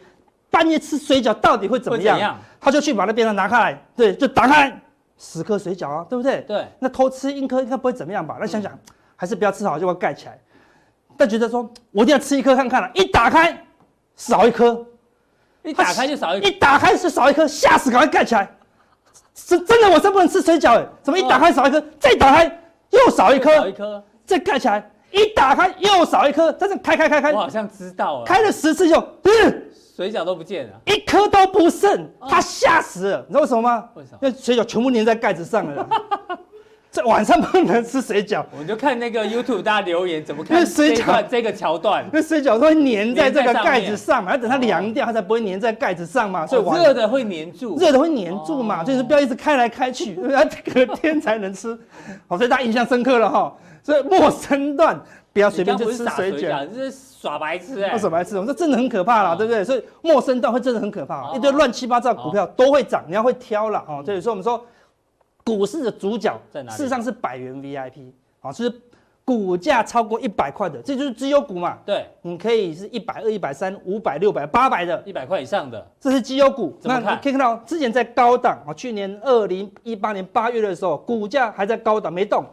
[SPEAKER 6] 半夜吃水饺到底会怎么
[SPEAKER 4] 会怎样
[SPEAKER 6] 样？他就去把那便当拿开来，对，就打开来，十颗水饺啊，对不对？
[SPEAKER 4] 对嗯
[SPEAKER 6] 那偷吃一颗应该不会怎么样吧？那想想、还是不要吃好，就把它盖起来。但觉得说我一定要吃一颗看看了、啊一打开少一颗，
[SPEAKER 4] 一打开就少一
[SPEAKER 6] 一打开是少一颗，吓死，赶快盖起来。是真的，我真不能吃水饺哎，怎么一打开少一颗，再打开又少一
[SPEAKER 4] 少
[SPEAKER 6] 颗
[SPEAKER 4] 一，颗。
[SPEAKER 6] 再盖起来，一打开又少一颗，但是开开开开
[SPEAKER 4] 我，好像知道了，
[SPEAKER 6] 开了十次就，嗯，
[SPEAKER 4] 水饺都不见了。
[SPEAKER 6] 一颗都不剩，他吓死了，你知道为什么吗？
[SPEAKER 4] 哦为什么
[SPEAKER 6] 因为水饺全部粘在盖子上了啦。这晚上不能吃水饺，
[SPEAKER 4] 我们就看那个 YouTube 大家留言怎么看
[SPEAKER 6] 那
[SPEAKER 4] 这
[SPEAKER 6] 谁
[SPEAKER 4] 一
[SPEAKER 6] 讲
[SPEAKER 4] 段这个桥段。
[SPEAKER 6] 那水饺都会粘在这个
[SPEAKER 4] 粘在上面
[SPEAKER 6] 盖子上嘛，要等它凉掉，它才不会粘在盖子上嘛。所以
[SPEAKER 4] 哦
[SPEAKER 6] 晚
[SPEAKER 4] 热的会粘住，
[SPEAKER 6] 热的会粘住嘛，
[SPEAKER 4] 哦
[SPEAKER 6] 所以不要一直开来开去， 它隔 天才能吃。好，所以大家印象深刻了哈。所以陌生段不要随便
[SPEAKER 4] 你刚不
[SPEAKER 6] 去吃
[SPEAKER 4] 是撒
[SPEAKER 6] 水
[SPEAKER 4] 水
[SPEAKER 6] 饺。
[SPEAKER 4] 饺，你这是耍白痴哎、
[SPEAKER 6] 那什么来吃？我这真的很可怕啦，
[SPEAKER 4] 哦
[SPEAKER 6] 对不对？所以陌生段会真的很可怕，
[SPEAKER 4] 哦嗯
[SPEAKER 6] 一堆乱七八糟的股票都会涨，你要会挑啦。哦。所以说我们说，股市的主角
[SPEAKER 4] 在哪里
[SPEAKER 6] 事实上是百元 VIP 啊，就是股价超过一百块的，这就是绩优股嘛。
[SPEAKER 4] 对，
[SPEAKER 6] 你可以是一百二、一百三、五百、六百、八百的，
[SPEAKER 4] 一百块以上的，
[SPEAKER 6] 这是绩优股。
[SPEAKER 4] 怎么
[SPEAKER 6] 那
[SPEAKER 4] 看
[SPEAKER 6] 你可以看到，之前在高档啊，去年二零一八年八月的时候，股价还在高档没动，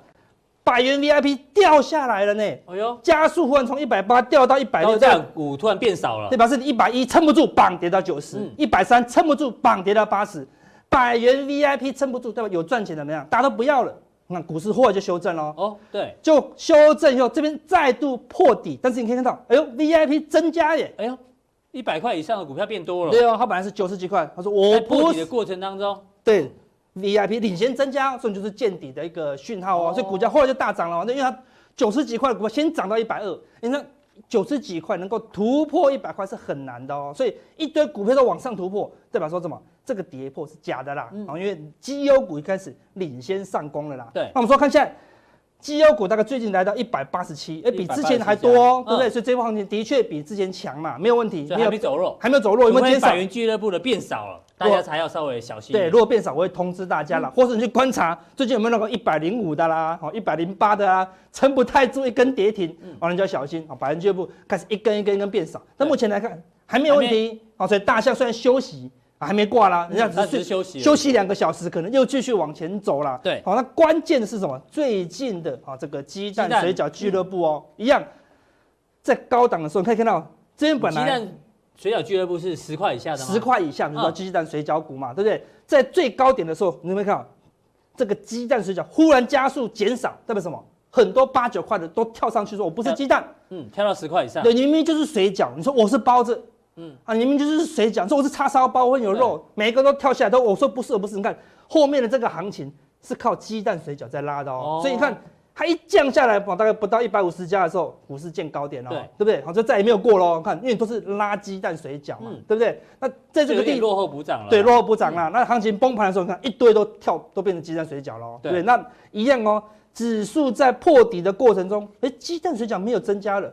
[SPEAKER 6] 百元 VIP 掉下来了呢，
[SPEAKER 4] 哎呦，
[SPEAKER 6] 加速忽然从一百八掉到一百
[SPEAKER 4] 高
[SPEAKER 6] 六，
[SPEAKER 4] 价股突然变少了
[SPEAKER 6] 对，表示你一百一撑不住，绑跌到九十、
[SPEAKER 4] 嗯
[SPEAKER 6] 一百三撑不住，绑跌到八十，百元 VIP 撑不住，对吧？有赚钱的怎么样？大家都不要了，那股市后来就修正喽。
[SPEAKER 4] 哦，对，
[SPEAKER 6] 就修正以后，这边再度破底，但是你可以看到，哎呦，VIP 增加耶，
[SPEAKER 4] 哎呦，一百块以上的股票变多了，
[SPEAKER 6] 对哦，他本来是九十几块，他说我
[SPEAKER 4] 在
[SPEAKER 6] 不
[SPEAKER 4] 破底的过程当中，
[SPEAKER 6] 对 VIP 领先增加，所以就是见底的一个讯号哦，
[SPEAKER 4] 哦
[SPEAKER 6] 所以股价后来就大涨了哦，那因为它九十几块的股票先涨到一百二，你看九十几块能够突破一百块是很难的哦，所以一堆股票都往上突破，代表说什么？这个跌破是假的啦，
[SPEAKER 4] 嗯
[SPEAKER 6] 哦，因为绩优股一开始领先上攻了啦。
[SPEAKER 4] 对
[SPEAKER 6] 那我们说看现在。绩优股大概最近来到一百八十七，哎，比之前还多
[SPEAKER 4] 187
[SPEAKER 6] 哦，对不对？所以这波行情的确比之前强嘛，没有问题，
[SPEAKER 4] 啊嗯所以
[SPEAKER 6] 没
[SPEAKER 4] 还
[SPEAKER 6] 有
[SPEAKER 4] 没走弱，
[SPEAKER 6] 还没有走弱，
[SPEAKER 4] 除
[SPEAKER 6] 因为
[SPEAKER 4] 非
[SPEAKER 6] 今天
[SPEAKER 4] 百
[SPEAKER 6] 上
[SPEAKER 4] 元俱乐部的变少了，大家才要稍微小心一
[SPEAKER 6] 对，
[SPEAKER 4] 点。
[SPEAKER 6] 如果变少，我会通知大
[SPEAKER 4] 嗯
[SPEAKER 6] 家啦，或是你去观察最近有没有那个一百零五的啦，哦好一百零八的啊，撑不太住一根跌停，完了、你就要小心啊。百元俱乐部开始一根一根一根变少，但
[SPEAKER 4] 嗯对
[SPEAKER 6] 目前来看还没有问题啊，所以大象虽然休息。啊还没挂啦，人家
[SPEAKER 4] 它
[SPEAKER 6] 只
[SPEAKER 4] 嗯只是
[SPEAKER 6] 是
[SPEAKER 4] 休息而已
[SPEAKER 6] 休息两个小时，可能又继续往前走啦。哦
[SPEAKER 4] 对
[SPEAKER 6] 好，那关键的是什么？最近的啊，这个鸡蛋
[SPEAKER 4] 鸡蛋
[SPEAKER 6] 水饺俱乐部哦，一样，在高档的时候，你可以看到这边本
[SPEAKER 4] 鸡
[SPEAKER 6] 来
[SPEAKER 4] 蛋水饺俱乐部是十块以下的吗？
[SPEAKER 6] 十，块以下，比如说
[SPEAKER 4] 嗯
[SPEAKER 6] 鸡蛋水饺股嘛，对不对？在最高点的时候，你有没有看到这个鸡蛋水饺忽然加速减少，代表什么？很多八九块的都跳上去说我不是鸡蛋，
[SPEAKER 4] 嗯，跳到十块以上，
[SPEAKER 6] 对，你明明就是水饺，你说我是包子，嗯啊，你明明就是水饺，你说我是叉烧包，我有肉，每一个都跳下来都我说不是我不是，你看后面的这个行情是靠鸡蛋水饺在拉的
[SPEAKER 4] 哦
[SPEAKER 6] 哦，所以你看。它一降下来，哇大概不到一百五十家的时候，股市见高点了、哦，
[SPEAKER 4] 对
[SPEAKER 6] 对不对？好，就再也没有过喽。看，因为都是拉鸡蛋水饺嘛，
[SPEAKER 4] 嗯
[SPEAKER 6] 对不对？那在这
[SPEAKER 4] 就
[SPEAKER 6] 个
[SPEAKER 4] 有
[SPEAKER 6] 地
[SPEAKER 4] 点落后补涨了。
[SPEAKER 6] 对，落后补涨啦。那行情崩盘的时候，你看一堆都跳，都变成鸡蛋水饺喽。
[SPEAKER 4] 对
[SPEAKER 6] 对，那一样哦。指数在破底的过程中，哎，鸡蛋水饺没有增加了，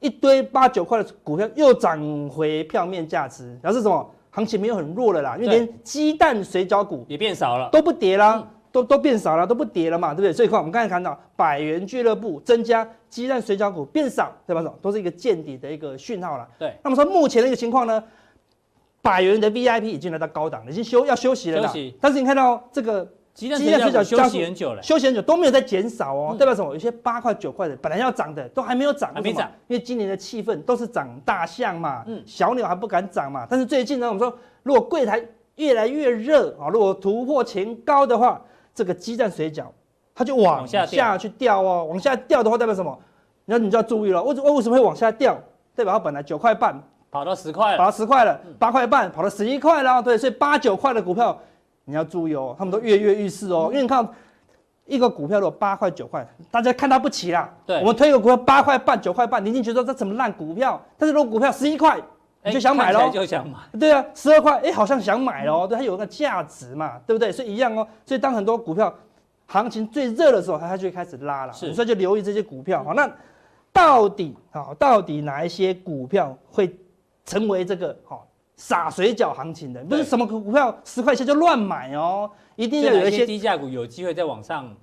[SPEAKER 6] 一堆八九块的股票又涨回票面价值，表示什么？行情没有很弱了啦，因为
[SPEAKER 4] 对
[SPEAKER 6] 连鸡蛋水饺股
[SPEAKER 4] 也变少了。嗯
[SPEAKER 6] 都不跌啦，都都变少了，都不跌了嘛，对不对？所以看我们刚才看到百元俱乐部增加，鸡蛋水饺股变少，对吧？都是一个见底的一个讯号啦。
[SPEAKER 4] 对，
[SPEAKER 6] 那么说目前的一个情况呢，百元的 VIP 已经来到高档了，已经休要休息了啦。
[SPEAKER 4] 休息
[SPEAKER 6] 但是你看到这个
[SPEAKER 4] 鸡蛋
[SPEAKER 6] 鸡
[SPEAKER 4] 水
[SPEAKER 6] 蛋水
[SPEAKER 4] 饺
[SPEAKER 6] 饺
[SPEAKER 4] 休
[SPEAKER 6] 加
[SPEAKER 4] 息
[SPEAKER 6] 速
[SPEAKER 4] 很久了，
[SPEAKER 6] 休闲酒都没有在减少哦，
[SPEAKER 4] 嗯
[SPEAKER 6] 代表什么？有些八块九块的本来要涨的都还没有涨，
[SPEAKER 4] 还没
[SPEAKER 6] 为什么
[SPEAKER 4] 涨，
[SPEAKER 6] 因为今年的气氛都是涨大象嘛，
[SPEAKER 4] 嗯
[SPEAKER 6] 小鸟还不敢涨嘛。但是最近呢，我们说如果柜台越来越热啊、如果突破前高的话，这个鸡蛋水饺它就往
[SPEAKER 4] 往下
[SPEAKER 6] 下
[SPEAKER 4] 掉
[SPEAKER 6] 去掉哦，往下掉的话代表什么？那你就要注意了，为什么为什么会往下掉？代表它本来九块半
[SPEAKER 4] 跑到十块
[SPEAKER 6] 跑
[SPEAKER 4] 了。
[SPEAKER 6] 到十块了，八块半跑到十一块了，对，所以八九块的股票你要注意哦，他们都跃跃欲试
[SPEAKER 4] 嗯
[SPEAKER 6] 哦，因为你看一个股票如果八块九块，大家看它不起啦，
[SPEAKER 4] 对
[SPEAKER 6] 我们推一个股票八块半九块半，你一定觉得这怎么烂股票，但是如果股票十一块，你就想买
[SPEAKER 4] 哎看起来就
[SPEAKER 6] 喽。
[SPEAKER 4] 想买。
[SPEAKER 6] 对啊，十二块，哎、好像想买
[SPEAKER 4] 嗯
[SPEAKER 6] 哦，对，它有那个价值嘛，对不对？所以一样哦，所以当很多股票行情最热的时候，它它就会开始拉了，
[SPEAKER 4] 是
[SPEAKER 6] 所以就留意这些股票。好，那到底好，到底哪一些股票会成为这个好洒水饺行情的？不是
[SPEAKER 4] 对
[SPEAKER 6] 什么股票十块钱就乱买哦，一定要
[SPEAKER 4] 有
[SPEAKER 6] 有
[SPEAKER 4] 一
[SPEAKER 6] 一
[SPEAKER 4] 些
[SPEAKER 6] 些
[SPEAKER 4] 低价股有机会再往上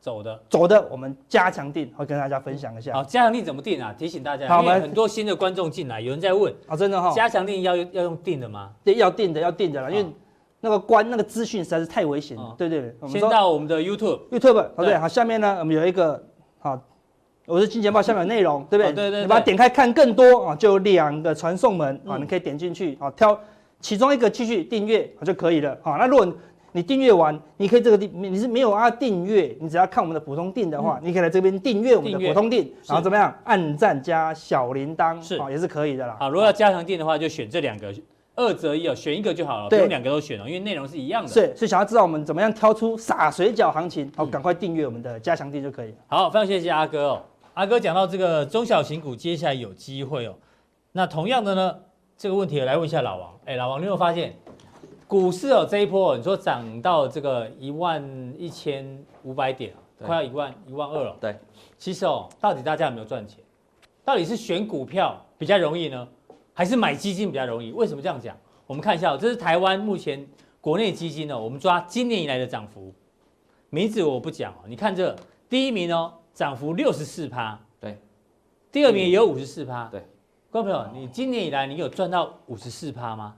[SPEAKER 4] 走的。
[SPEAKER 6] 走的，我们加强定会跟大家分享一下。
[SPEAKER 4] 好，加强定怎么定啊？提醒大家，
[SPEAKER 6] 好
[SPEAKER 4] 因为
[SPEAKER 6] 我们
[SPEAKER 4] 很多新的观众进来，有人在问，
[SPEAKER 6] 好，啊真的哈、
[SPEAKER 4] 加强定要要用定的吗？
[SPEAKER 6] 对，要定的要定的啦，因为
[SPEAKER 4] 好
[SPEAKER 6] 那个关那个资讯实在是太危险了。
[SPEAKER 4] 嗯
[SPEAKER 6] 对对对，我们
[SPEAKER 4] 先
[SPEAKER 6] 说。
[SPEAKER 4] 到我们的 YouTube，
[SPEAKER 6] YouTube，好不对？
[SPEAKER 4] 对
[SPEAKER 6] 好，下面呢，我们有一个好，我是金钱豹下面有内容，对不对？
[SPEAKER 4] 哦对对对
[SPEAKER 6] 你把它点开看更多啊，就有两个传送门啊，
[SPEAKER 4] 嗯
[SPEAKER 6] 你可以点进去啊，挑其中一个继续订阅啊就可以了啊。那如果你订阅完，你可以这个地你你是没有要订阅，你只要看我们的普通订的话，你可以来这边订阅我们的
[SPEAKER 4] 嗯订阅
[SPEAKER 6] 普通订，
[SPEAKER 4] 是
[SPEAKER 6] 然后怎么样？按赞加小铃铛
[SPEAKER 4] 是
[SPEAKER 6] 啊，也是可以的啦。
[SPEAKER 4] 好，如果要加强定的话，就选这两个二择一哦，选一个就好了，不
[SPEAKER 6] 对
[SPEAKER 4] 用两个都选哦，因为内容是一样的。
[SPEAKER 6] 是，所以想要知道我们怎么样挑出洒水饺行情，哦
[SPEAKER 4] 嗯
[SPEAKER 6] 好，赶快订阅我们的加强地就可以了。
[SPEAKER 4] 好，非常谢谢阿哥哦。阿哥讲到这个中小型股，接下来有机会哦。那同样的呢，这个问题也来问一下老王。哎，老王，你有没有发现股市哦这一波、哦、你说涨到这个一万一千五百点、哦，
[SPEAKER 3] 对
[SPEAKER 4] 快要一万一万二了、
[SPEAKER 3] 对，
[SPEAKER 4] 其实哦，到底大家有没有赚钱？到底是选股票比较容易呢，还是买基金比较容易？为什么这样讲？我们看一下、哦，这是台湾目前国内基金呢、哦，我们抓今年以来的涨幅，名字我不讲哦。你看这第一名哦，涨幅六十四趴，
[SPEAKER 3] 对，
[SPEAKER 4] 第二名也有五十四趴，
[SPEAKER 3] 对。
[SPEAKER 4] 观众朋友，你今年以来你有赚到五十四趴吗？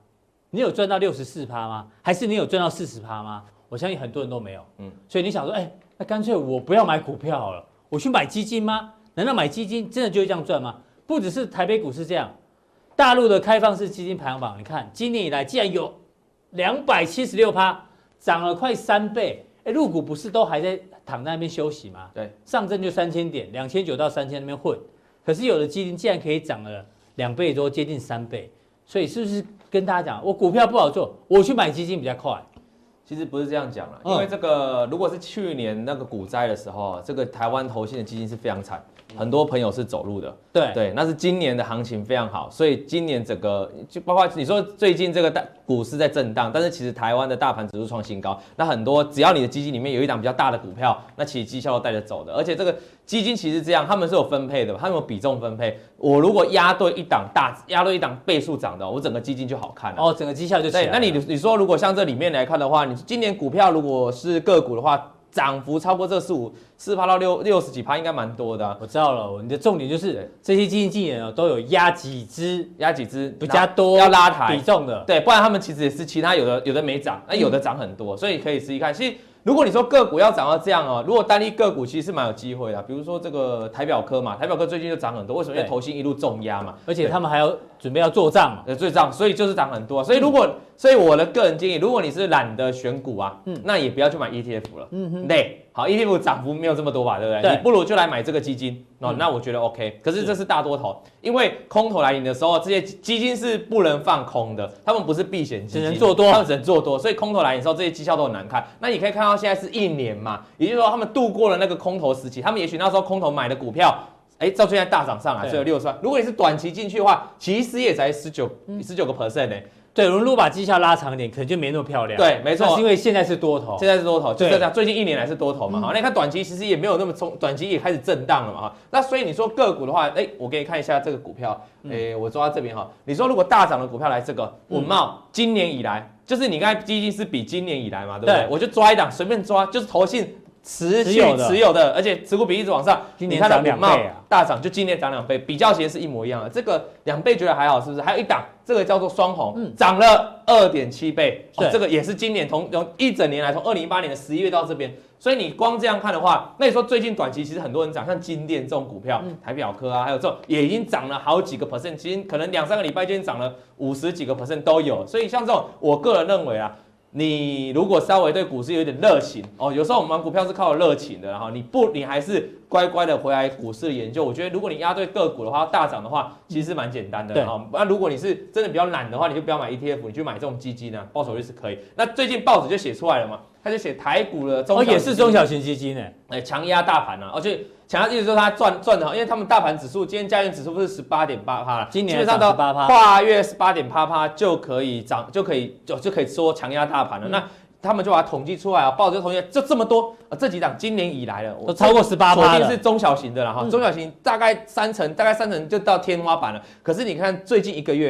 [SPEAKER 4] 你有赚到六十四趴吗？还是你有赚到四十趴吗？我相信很多人都没有。嗯
[SPEAKER 3] 嗯，
[SPEAKER 4] 所以你想说，哎、那干脆我不要买股票好了，我去买基金吗？难道买基金真的就会这样赚吗？不只是台北股市这样，大陆的开放式基金排行榜，你看今年以来竟然有两百七十六趴，涨了快三倍。哎，入股不是都还在躺在那边休息吗？
[SPEAKER 3] 对，
[SPEAKER 4] 上证就三千点，两千九到三千那边混。可是有的基金竟然可以涨了两倍多，接近三倍，所以是不是跟大家讲，我股票不好做，我去买基金比较快？
[SPEAKER 3] 其实不是这样讲啦，
[SPEAKER 4] 嗯
[SPEAKER 3] 因为这个如果是去年那个股灾的时候，这个台湾投信的基金是非常惨，很多朋友是走路的。
[SPEAKER 4] 嗯对
[SPEAKER 3] 对，那是今年的行情非常好，所以今年整个就包括你说最近这个大股市在震荡，但是其实台湾的大盘指数创新高，那很多只要你的基金里面有一档比较大的股票，那其实绩效都带着走的，而且这个基金其实这样，他们是有分配的，他们有比重分配。我如果压对一档大，压对一档倍数涨的，我整个基金就好看了、
[SPEAKER 4] 哦，整个绩效就起来
[SPEAKER 3] 对
[SPEAKER 4] 了。，
[SPEAKER 3] 那你你说如果像这里面来看的话，你今年股票如果是个股的话，涨幅超过这四五四趴到六六十几趴，应该蛮多的啊、
[SPEAKER 4] 我知道了，你的重点就是
[SPEAKER 3] 对
[SPEAKER 4] 这些基金经理人哦，都有压几只呃
[SPEAKER 3] 压几只
[SPEAKER 4] 比较多
[SPEAKER 3] 要拉抬
[SPEAKER 4] 比，重的，
[SPEAKER 3] 对，不然他们其实也是其他有的有的没涨，那有的涨很多，所以可以试一看。其实如果你说个股要涨到这样哦，如果单一个股其实是蛮有机会的，比如说这个台表科嘛，台表科最近就涨很多，为什么？因为
[SPEAKER 4] 对
[SPEAKER 3] 投信一路重压嘛，
[SPEAKER 4] 而且他们还要准备要做账嘛。
[SPEAKER 3] 呃，最涨，所以就是涨很多啊、所以如果，所以我的个人建议，如果你是懒得选股啊，
[SPEAKER 4] 嗯
[SPEAKER 3] 那也不要去买 ETF 了，
[SPEAKER 4] 嗯
[SPEAKER 3] 嗯哼，对，好，ETF 涨幅没有这么多吧，对不对？
[SPEAKER 4] 对
[SPEAKER 3] 你不如就来买这个基金，哦，
[SPEAKER 4] 嗯
[SPEAKER 3] 那我觉得 OK。可是这是大多头，因为空头来临的时候，这些基金是不能放空的，他们不是避险基金，
[SPEAKER 4] 只能做多
[SPEAKER 3] 他们只能做多，所以空头来临的时候，这些绩效都很难看。那你可以看到现在是一年嘛，也就是说他们度过了那个空头时期，他们也许那时候空头买的股票。哎，到现在大涨上来，
[SPEAKER 4] 对
[SPEAKER 3] 所以六十万。如果你是短期进去的话，其实也才十九十九个 percent 呢。
[SPEAKER 4] 对，我们如果把绩效拉长一点，可能就没那么漂亮。
[SPEAKER 3] 对没错
[SPEAKER 4] 那是因为现在是多头。
[SPEAKER 3] 现在是多头，就是
[SPEAKER 4] 对嗯
[SPEAKER 3] 这样。最近一年来是多头嘛，好，那你看短期其实也没有那么冲，短期也开始震荡了嘛，哈。那所以你说个股的话，哎，我给你看一下这个股票，
[SPEAKER 4] 嗯
[SPEAKER 3] 哎，我抓到这边哈。你说如果大涨的股票来这个文茂，今年以来，就是你刚才基金是比今年以来嘛，对不
[SPEAKER 4] 对
[SPEAKER 3] 对？我就抓一档，随便抓，就是投信持
[SPEAKER 4] 持
[SPEAKER 3] 续
[SPEAKER 4] 有的
[SPEAKER 3] 持有的，而且持股比一直往上。
[SPEAKER 4] 今
[SPEAKER 3] 你
[SPEAKER 4] 年
[SPEAKER 3] 看到
[SPEAKER 4] 涨
[SPEAKER 3] 股
[SPEAKER 4] 两倍
[SPEAKER 3] 茂
[SPEAKER 4] 啊
[SPEAKER 3] 大涨，就今年涨两倍，比较型是一模一样的。这个两倍觉得还好，是不是？还有一档，这个叫做双红，涨了二点七倍，哦
[SPEAKER 4] 嗯对
[SPEAKER 3] 这个也是今年同从一整年来，从二零一八年的十一月到这边。所以你光这样看的话，那你说最近短期其实很多人涨，像金店这种股票，
[SPEAKER 4] 嗯
[SPEAKER 3] 台表科啊，还有这种也已经涨了好几个 percent，其实可能两三个礼拜就已经涨了五十几个 percent 都有。所以像这种，我个人认为啊，你如果稍微对股市有点热情哦，有时候我们玩股票是靠热情的，然后你不，你还是乖乖的回来股市研究。我觉得如果你压对个股的话，大涨的话，其实蛮简单的
[SPEAKER 4] 对
[SPEAKER 3] 哈。那、如果你是真的比较懒的话，你就不要买 ETF，你去买这种基金啊，报酬率是可以。那最近报纸就写出来了嘛，他就写台股的中小
[SPEAKER 4] 哦，
[SPEAKER 3] 型
[SPEAKER 4] 也是中小型基金呢。
[SPEAKER 3] 哎强压大盘啊，而且强压意思说它赚赚的好，因为他们大盘指数今天加权指数是十八点八趴了，
[SPEAKER 4] 今年
[SPEAKER 3] 基本上
[SPEAKER 4] 涨
[SPEAKER 3] 到
[SPEAKER 4] 18%
[SPEAKER 3] 跨越十八点八趴就可以涨，就可以就就可以说强压大盘
[SPEAKER 4] 嗯
[SPEAKER 3] 了。那他们就把它统计出来啊，报纸就统计就这么多啊，这几档今年以来了，我
[SPEAKER 4] 都超过18%
[SPEAKER 3] 锁定
[SPEAKER 4] 了
[SPEAKER 3] 是中小型的了哈，
[SPEAKER 4] 嗯
[SPEAKER 3] 中小型大概三成，大概三成就到天花板了。可是你看最近一个月，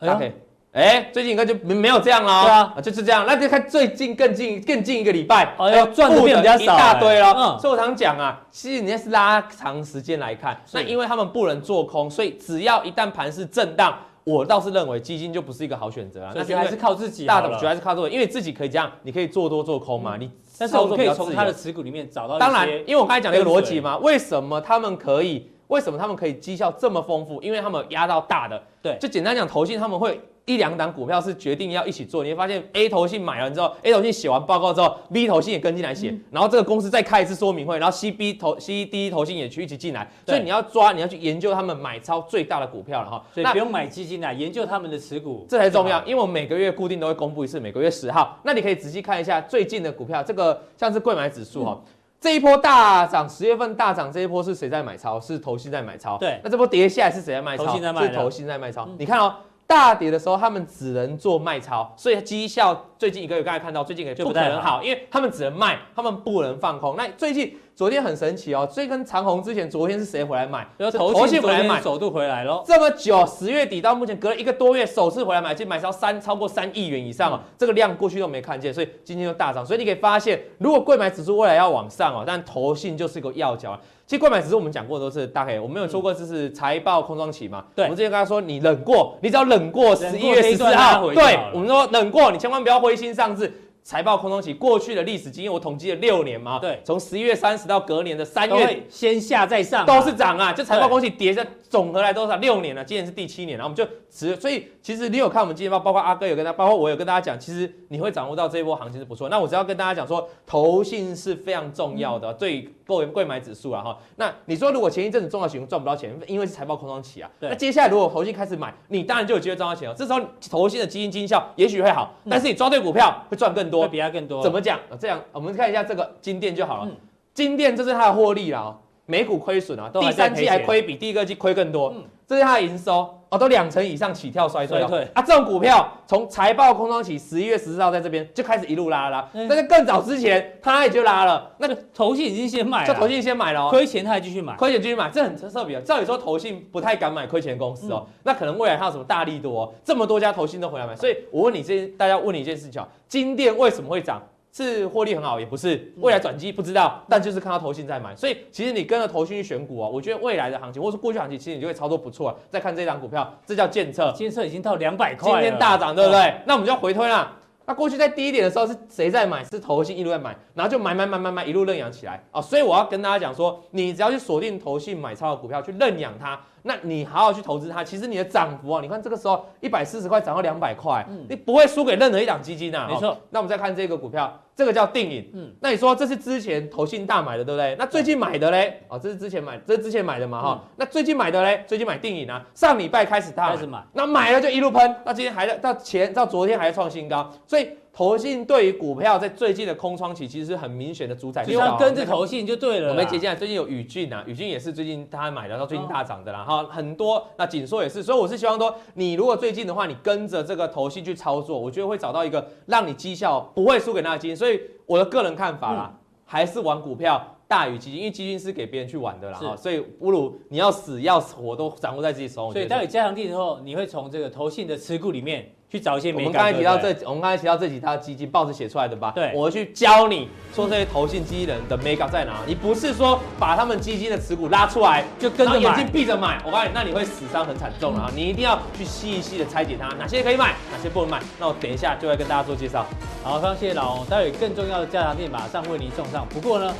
[SPEAKER 4] 哎呦
[SPEAKER 3] 大 K，哎、最近应该就没没有这样了、哦，
[SPEAKER 4] 对啊，
[SPEAKER 3] 就是这样。那就看最近更近更近一个礼拜，
[SPEAKER 4] 哎呦
[SPEAKER 3] 呃
[SPEAKER 4] 赚得
[SPEAKER 3] 负
[SPEAKER 4] 变比较少
[SPEAKER 3] 一大堆了。
[SPEAKER 4] 哎嗯
[SPEAKER 3] 所以我常讲啊，其实你那是拉长时间来看，那因为他们不能做空，所以只要一旦盘是震荡，我倒是认为基金就不是一个好选择啊。
[SPEAKER 4] 所以
[SPEAKER 3] 那
[SPEAKER 4] 觉得还是靠自己
[SPEAKER 3] 大
[SPEAKER 4] 好
[SPEAKER 3] 的，我
[SPEAKER 4] 了嗯
[SPEAKER 3] 觉得还是靠做，因为自己可以这样，你可以做多做空嘛，你
[SPEAKER 4] 但是我们可以
[SPEAKER 3] 操作
[SPEAKER 4] 从
[SPEAKER 3] 比较自由
[SPEAKER 4] 他的持股里面找到一些。
[SPEAKER 3] 当然，因为我刚才讲的一个逻辑嘛，为什么他们可以？为什么他们可以绩效这么丰富？因为他们有压到大的。
[SPEAKER 4] 对
[SPEAKER 3] 就简单讲，投信他们会一两档股票是决定要一起做，你会发现 A 投信买完之后，A 投信写完报告之后，B 投信也跟进来写，
[SPEAKER 4] 嗯
[SPEAKER 3] 然后这个公司再开一次说明会，然后 C B 投 C D 投信也去一起进来，
[SPEAKER 4] 对
[SPEAKER 3] 所以你要抓，你要去研究他们买超最大的股票了哈。
[SPEAKER 4] 所以
[SPEAKER 3] 那
[SPEAKER 4] 不用买基金啦，研究他们的持股，
[SPEAKER 3] 这才重要，。因为我每个月固定都会公布一次，每个月十号。那你可以仔细看一下最近的股票，这个像是贵买指
[SPEAKER 4] 嗯
[SPEAKER 3] 数哈、哦这一波大涨，十月份大涨，这一波是谁在买超？是投信在买超。
[SPEAKER 4] 对
[SPEAKER 3] 那这波跌下来是谁在卖超？
[SPEAKER 4] 投信在卖
[SPEAKER 3] 是
[SPEAKER 4] 的嗯
[SPEAKER 3] 投信在卖超。你看哦。大跌的时候，他们只能做卖超，所以绩效最近一个月，刚才看到最近一个月
[SPEAKER 4] 就
[SPEAKER 3] 不
[SPEAKER 4] 不
[SPEAKER 3] 可
[SPEAKER 4] 太
[SPEAKER 3] 能好，因为他们只能卖，他们不能放空。那最近昨天很神奇哦，最跟长虹之前，昨天是谁回来买？
[SPEAKER 4] 然
[SPEAKER 3] 是
[SPEAKER 4] 后投信
[SPEAKER 3] 回
[SPEAKER 4] 昨
[SPEAKER 3] 来买
[SPEAKER 4] 天，首度回来喽，
[SPEAKER 3] 这么久，十月底到目前隔了一个多月，首次回来买进买超三超过三亿元以上哦，
[SPEAKER 4] 嗯
[SPEAKER 3] 这个量过去都没看见，所以今天就大涨。所以你可以发现，如果贵买指数未来要往上哦，但投信就是一个要角啊。其实贵买指数我们讲过很多次，大概我们有说过这是财报空窗期嘛？
[SPEAKER 4] 对
[SPEAKER 3] 我们之前跟他说你忍过，你只要忍过
[SPEAKER 4] 忍
[SPEAKER 3] 十
[SPEAKER 4] 过
[SPEAKER 3] 一月
[SPEAKER 4] 这一
[SPEAKER 3] 十四
[SPEAKER 4] 段拉
[SPEAKER 3] 号，
[SPEAKER 4] 回就好
[SPEAKER 3] 对
[SPEAKER 4] 了，
[SPEAKER 3] 我们说冷过，你千万不要灰心丧志。财报空窗期过去的历史经验，我统计了六年嘛，
[SPEAKER 4] 对
[SPEAKER 3] 从十一月三十到隔年的三
[SPEAKER 4] 都
[SPEAKER 3] 月
[SPEAKER 4] 会先下再上嘛，
[SPEAKER 3] 都是涨啊，就财报恭喜跌下，总和来多少？六年了，今年是第七年了，然后我们就持，所以其实你有看我们今天报，包括阿哥有跟他，包括我有跟大家讲，其实你会掌握到这一波行情是不错。那我只要跟大家讲说，投信是非常重要的，对购贵买指数啊哈。那你说如果前一阵子中小型赚不到钱，因为是财报空窗期啊，
[SPEAKER 4] 对
[SPEAKER 3] 那接下来如果投信开始买，你当然就有机会赚到钱了。哦这时候投信的基金绩效也许会好，但是你抓对股票会赚更多
[SPEAKER 4] 会，比它更多。
[SPEAKER 3] 怎么讲？呃这样我们看一下这个金店就好了。
[SPEAKER 4] 嗯
[SPEAKER 3] 金店这是它的获利啦、哦，每股亏损啊，
[SPEAKER 4] 还
[SPEAKER 3] 第
[SPEAKER 4] 在
[SPEAKER 3] 三
[SPEAKER 4] 赔
[SPEAKER 3] 季还亏比第一个季亏更多。
[SPEAKER 4] 嗯
[SPEAKER 3] 这是它的营收哦，都两成以上起跳衰退了、
[SPEAKER 4] 衰退
[SPEAKER 3] 啊！这种股票从财报空窗期十一月十四号在这边就开始一路拉拉，
[SPEAKER 4] 嗯
[SPEAKER 3] 但是更早之前它也就拉了，那就
[SPEAKER 4] 投信已经先买了，
[SPEAKER 3] 投信先买了、哦。
[SPEAKER 4] 亏钱他还继续买，
[SPEAKER 3] 亏钱继续买，这很特别哦。照理说，投信不太敢买亏钱的公司哦，那可能未来它有什么大力度哦，这么多家投信都回来买。所以我问你这件，大家问你一件事情啊，金店为什么会涨？是获利很好，也不是未来转机不知道，但就是看到投信在买，所以其实你跟着投信去选股啊，我觉得未来的行情或是过去行情，其实你就会操作不错、啊。再看这张股票，这叫建策，
[SPEAKER 4] 监测已经到两百块
[SPEAKER 3] 嗯今
[SPEAKER 4] 了，
[SPEAKER 3] 天大涨，对不对？那我们就要回推啦。那过去在低一点的时候是谁在买？是投信一路在买，然后就买买买买买一路认养起来啊、所以我要跟大家讲说，你只要去锁定投信买超的股票去认养它，那你好好去投资它，其实你的涨幅啊，你看这个时候一百四十块涨到两百块，你不会输给任何一档基金啊。
[SPEAKER 4] 嗯没错
[SPEAKER 3] 哦那我们再看这个股票，这个叫定影。
[SPEAKER 4] 嗯
[SPEAKER 3] 嗯，那你说这是之前投信大买的，对不对？那最近买的嘞？哦，这是之前买，这是之前买的嘛哈、那最近买的嘞？最近买定影啊，上礼拜开始大
[SPEAKER 4] 嗯开始买
[SPEAKER 3] 那买了就一路喷，那今天还在到前到昨天还在创新高，所以投信对于股票在最近的空窗期其实是很明显的主宰力
[SPEAKER 4] 就
[SPEAKER 3] 道啊。
[SPEAKER 4] 要跟着投信就对啊了啦。
[SPEAKER 3] 我们接下来最近有宇俊啊，宇俊也是最近他买的，到最近大涨的
[SPEAKER 4] 哦
[SPEAKER 3] 啦，哈、很多。那紧缩也是，所以我是希望说，你如果最近的话，你跟着这个投信去操作，我觉得会找到一个让你绩效不会输给那个基金。所以我的个人看法啦，还是玩股票。大于基金，因为基金是给别人去玩的啦，
[SPEAKER 4] 是
[SPEAKER 3] 哈，所以不如你要死要活都掌握在自己手中。我
[SPEAKER 4] 所以
[SPEAKER 3] 觉得
[SPEAKER 4] 当你加强定之后，你会从这个投信的持股里面去找一些
[SPEAKER 3] 我
[SPEAKER 4] 美
[SPEAKER 3] 们
[SPEAKER 4] 感。
[SPEAKER 3] 刚才提到
[SPEAKER 4] 对
[SPEAKER 3] 这
[SPEAKER 4] 不对，，
[SPEAKER 3] 我们刚才提到这几套基金报纸写出来的吧？
[SPEAKER 4] 对
[SPEAKER 3] 我会去教你说这些投信基金人的 mega 在哪。你不是说把他们基金的持股拉出来，
[SPEAKER 4] 就跟
[SPEAKER 3] 然
[SPEAKER 4] 着
[SPEAKER 3] 后眼
[SPEAKER 4] 买
[SPEAKER 3] 睛。闭着买，我告诉你，那你会死伤很惨重啊！你一定要去细细的拆解它，哪些可以买，哪些不能买。那我等一下就会跟大家做介绍。
[SPEAKER 4] 好，非常谢谢老王，待会更重要的加强定马上为您送上。不过呢，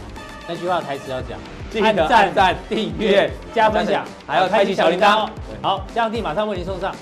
[SPEAKER 4] 那句话台词要讲，
[SPEAKER 3] 记得按赞、订阅、
[SPEAKER 4] 加分享，
[SPEAKER 3] 还有开启小铃铛。哦
[SPEAKER 4] 好，加强定马上为您送上。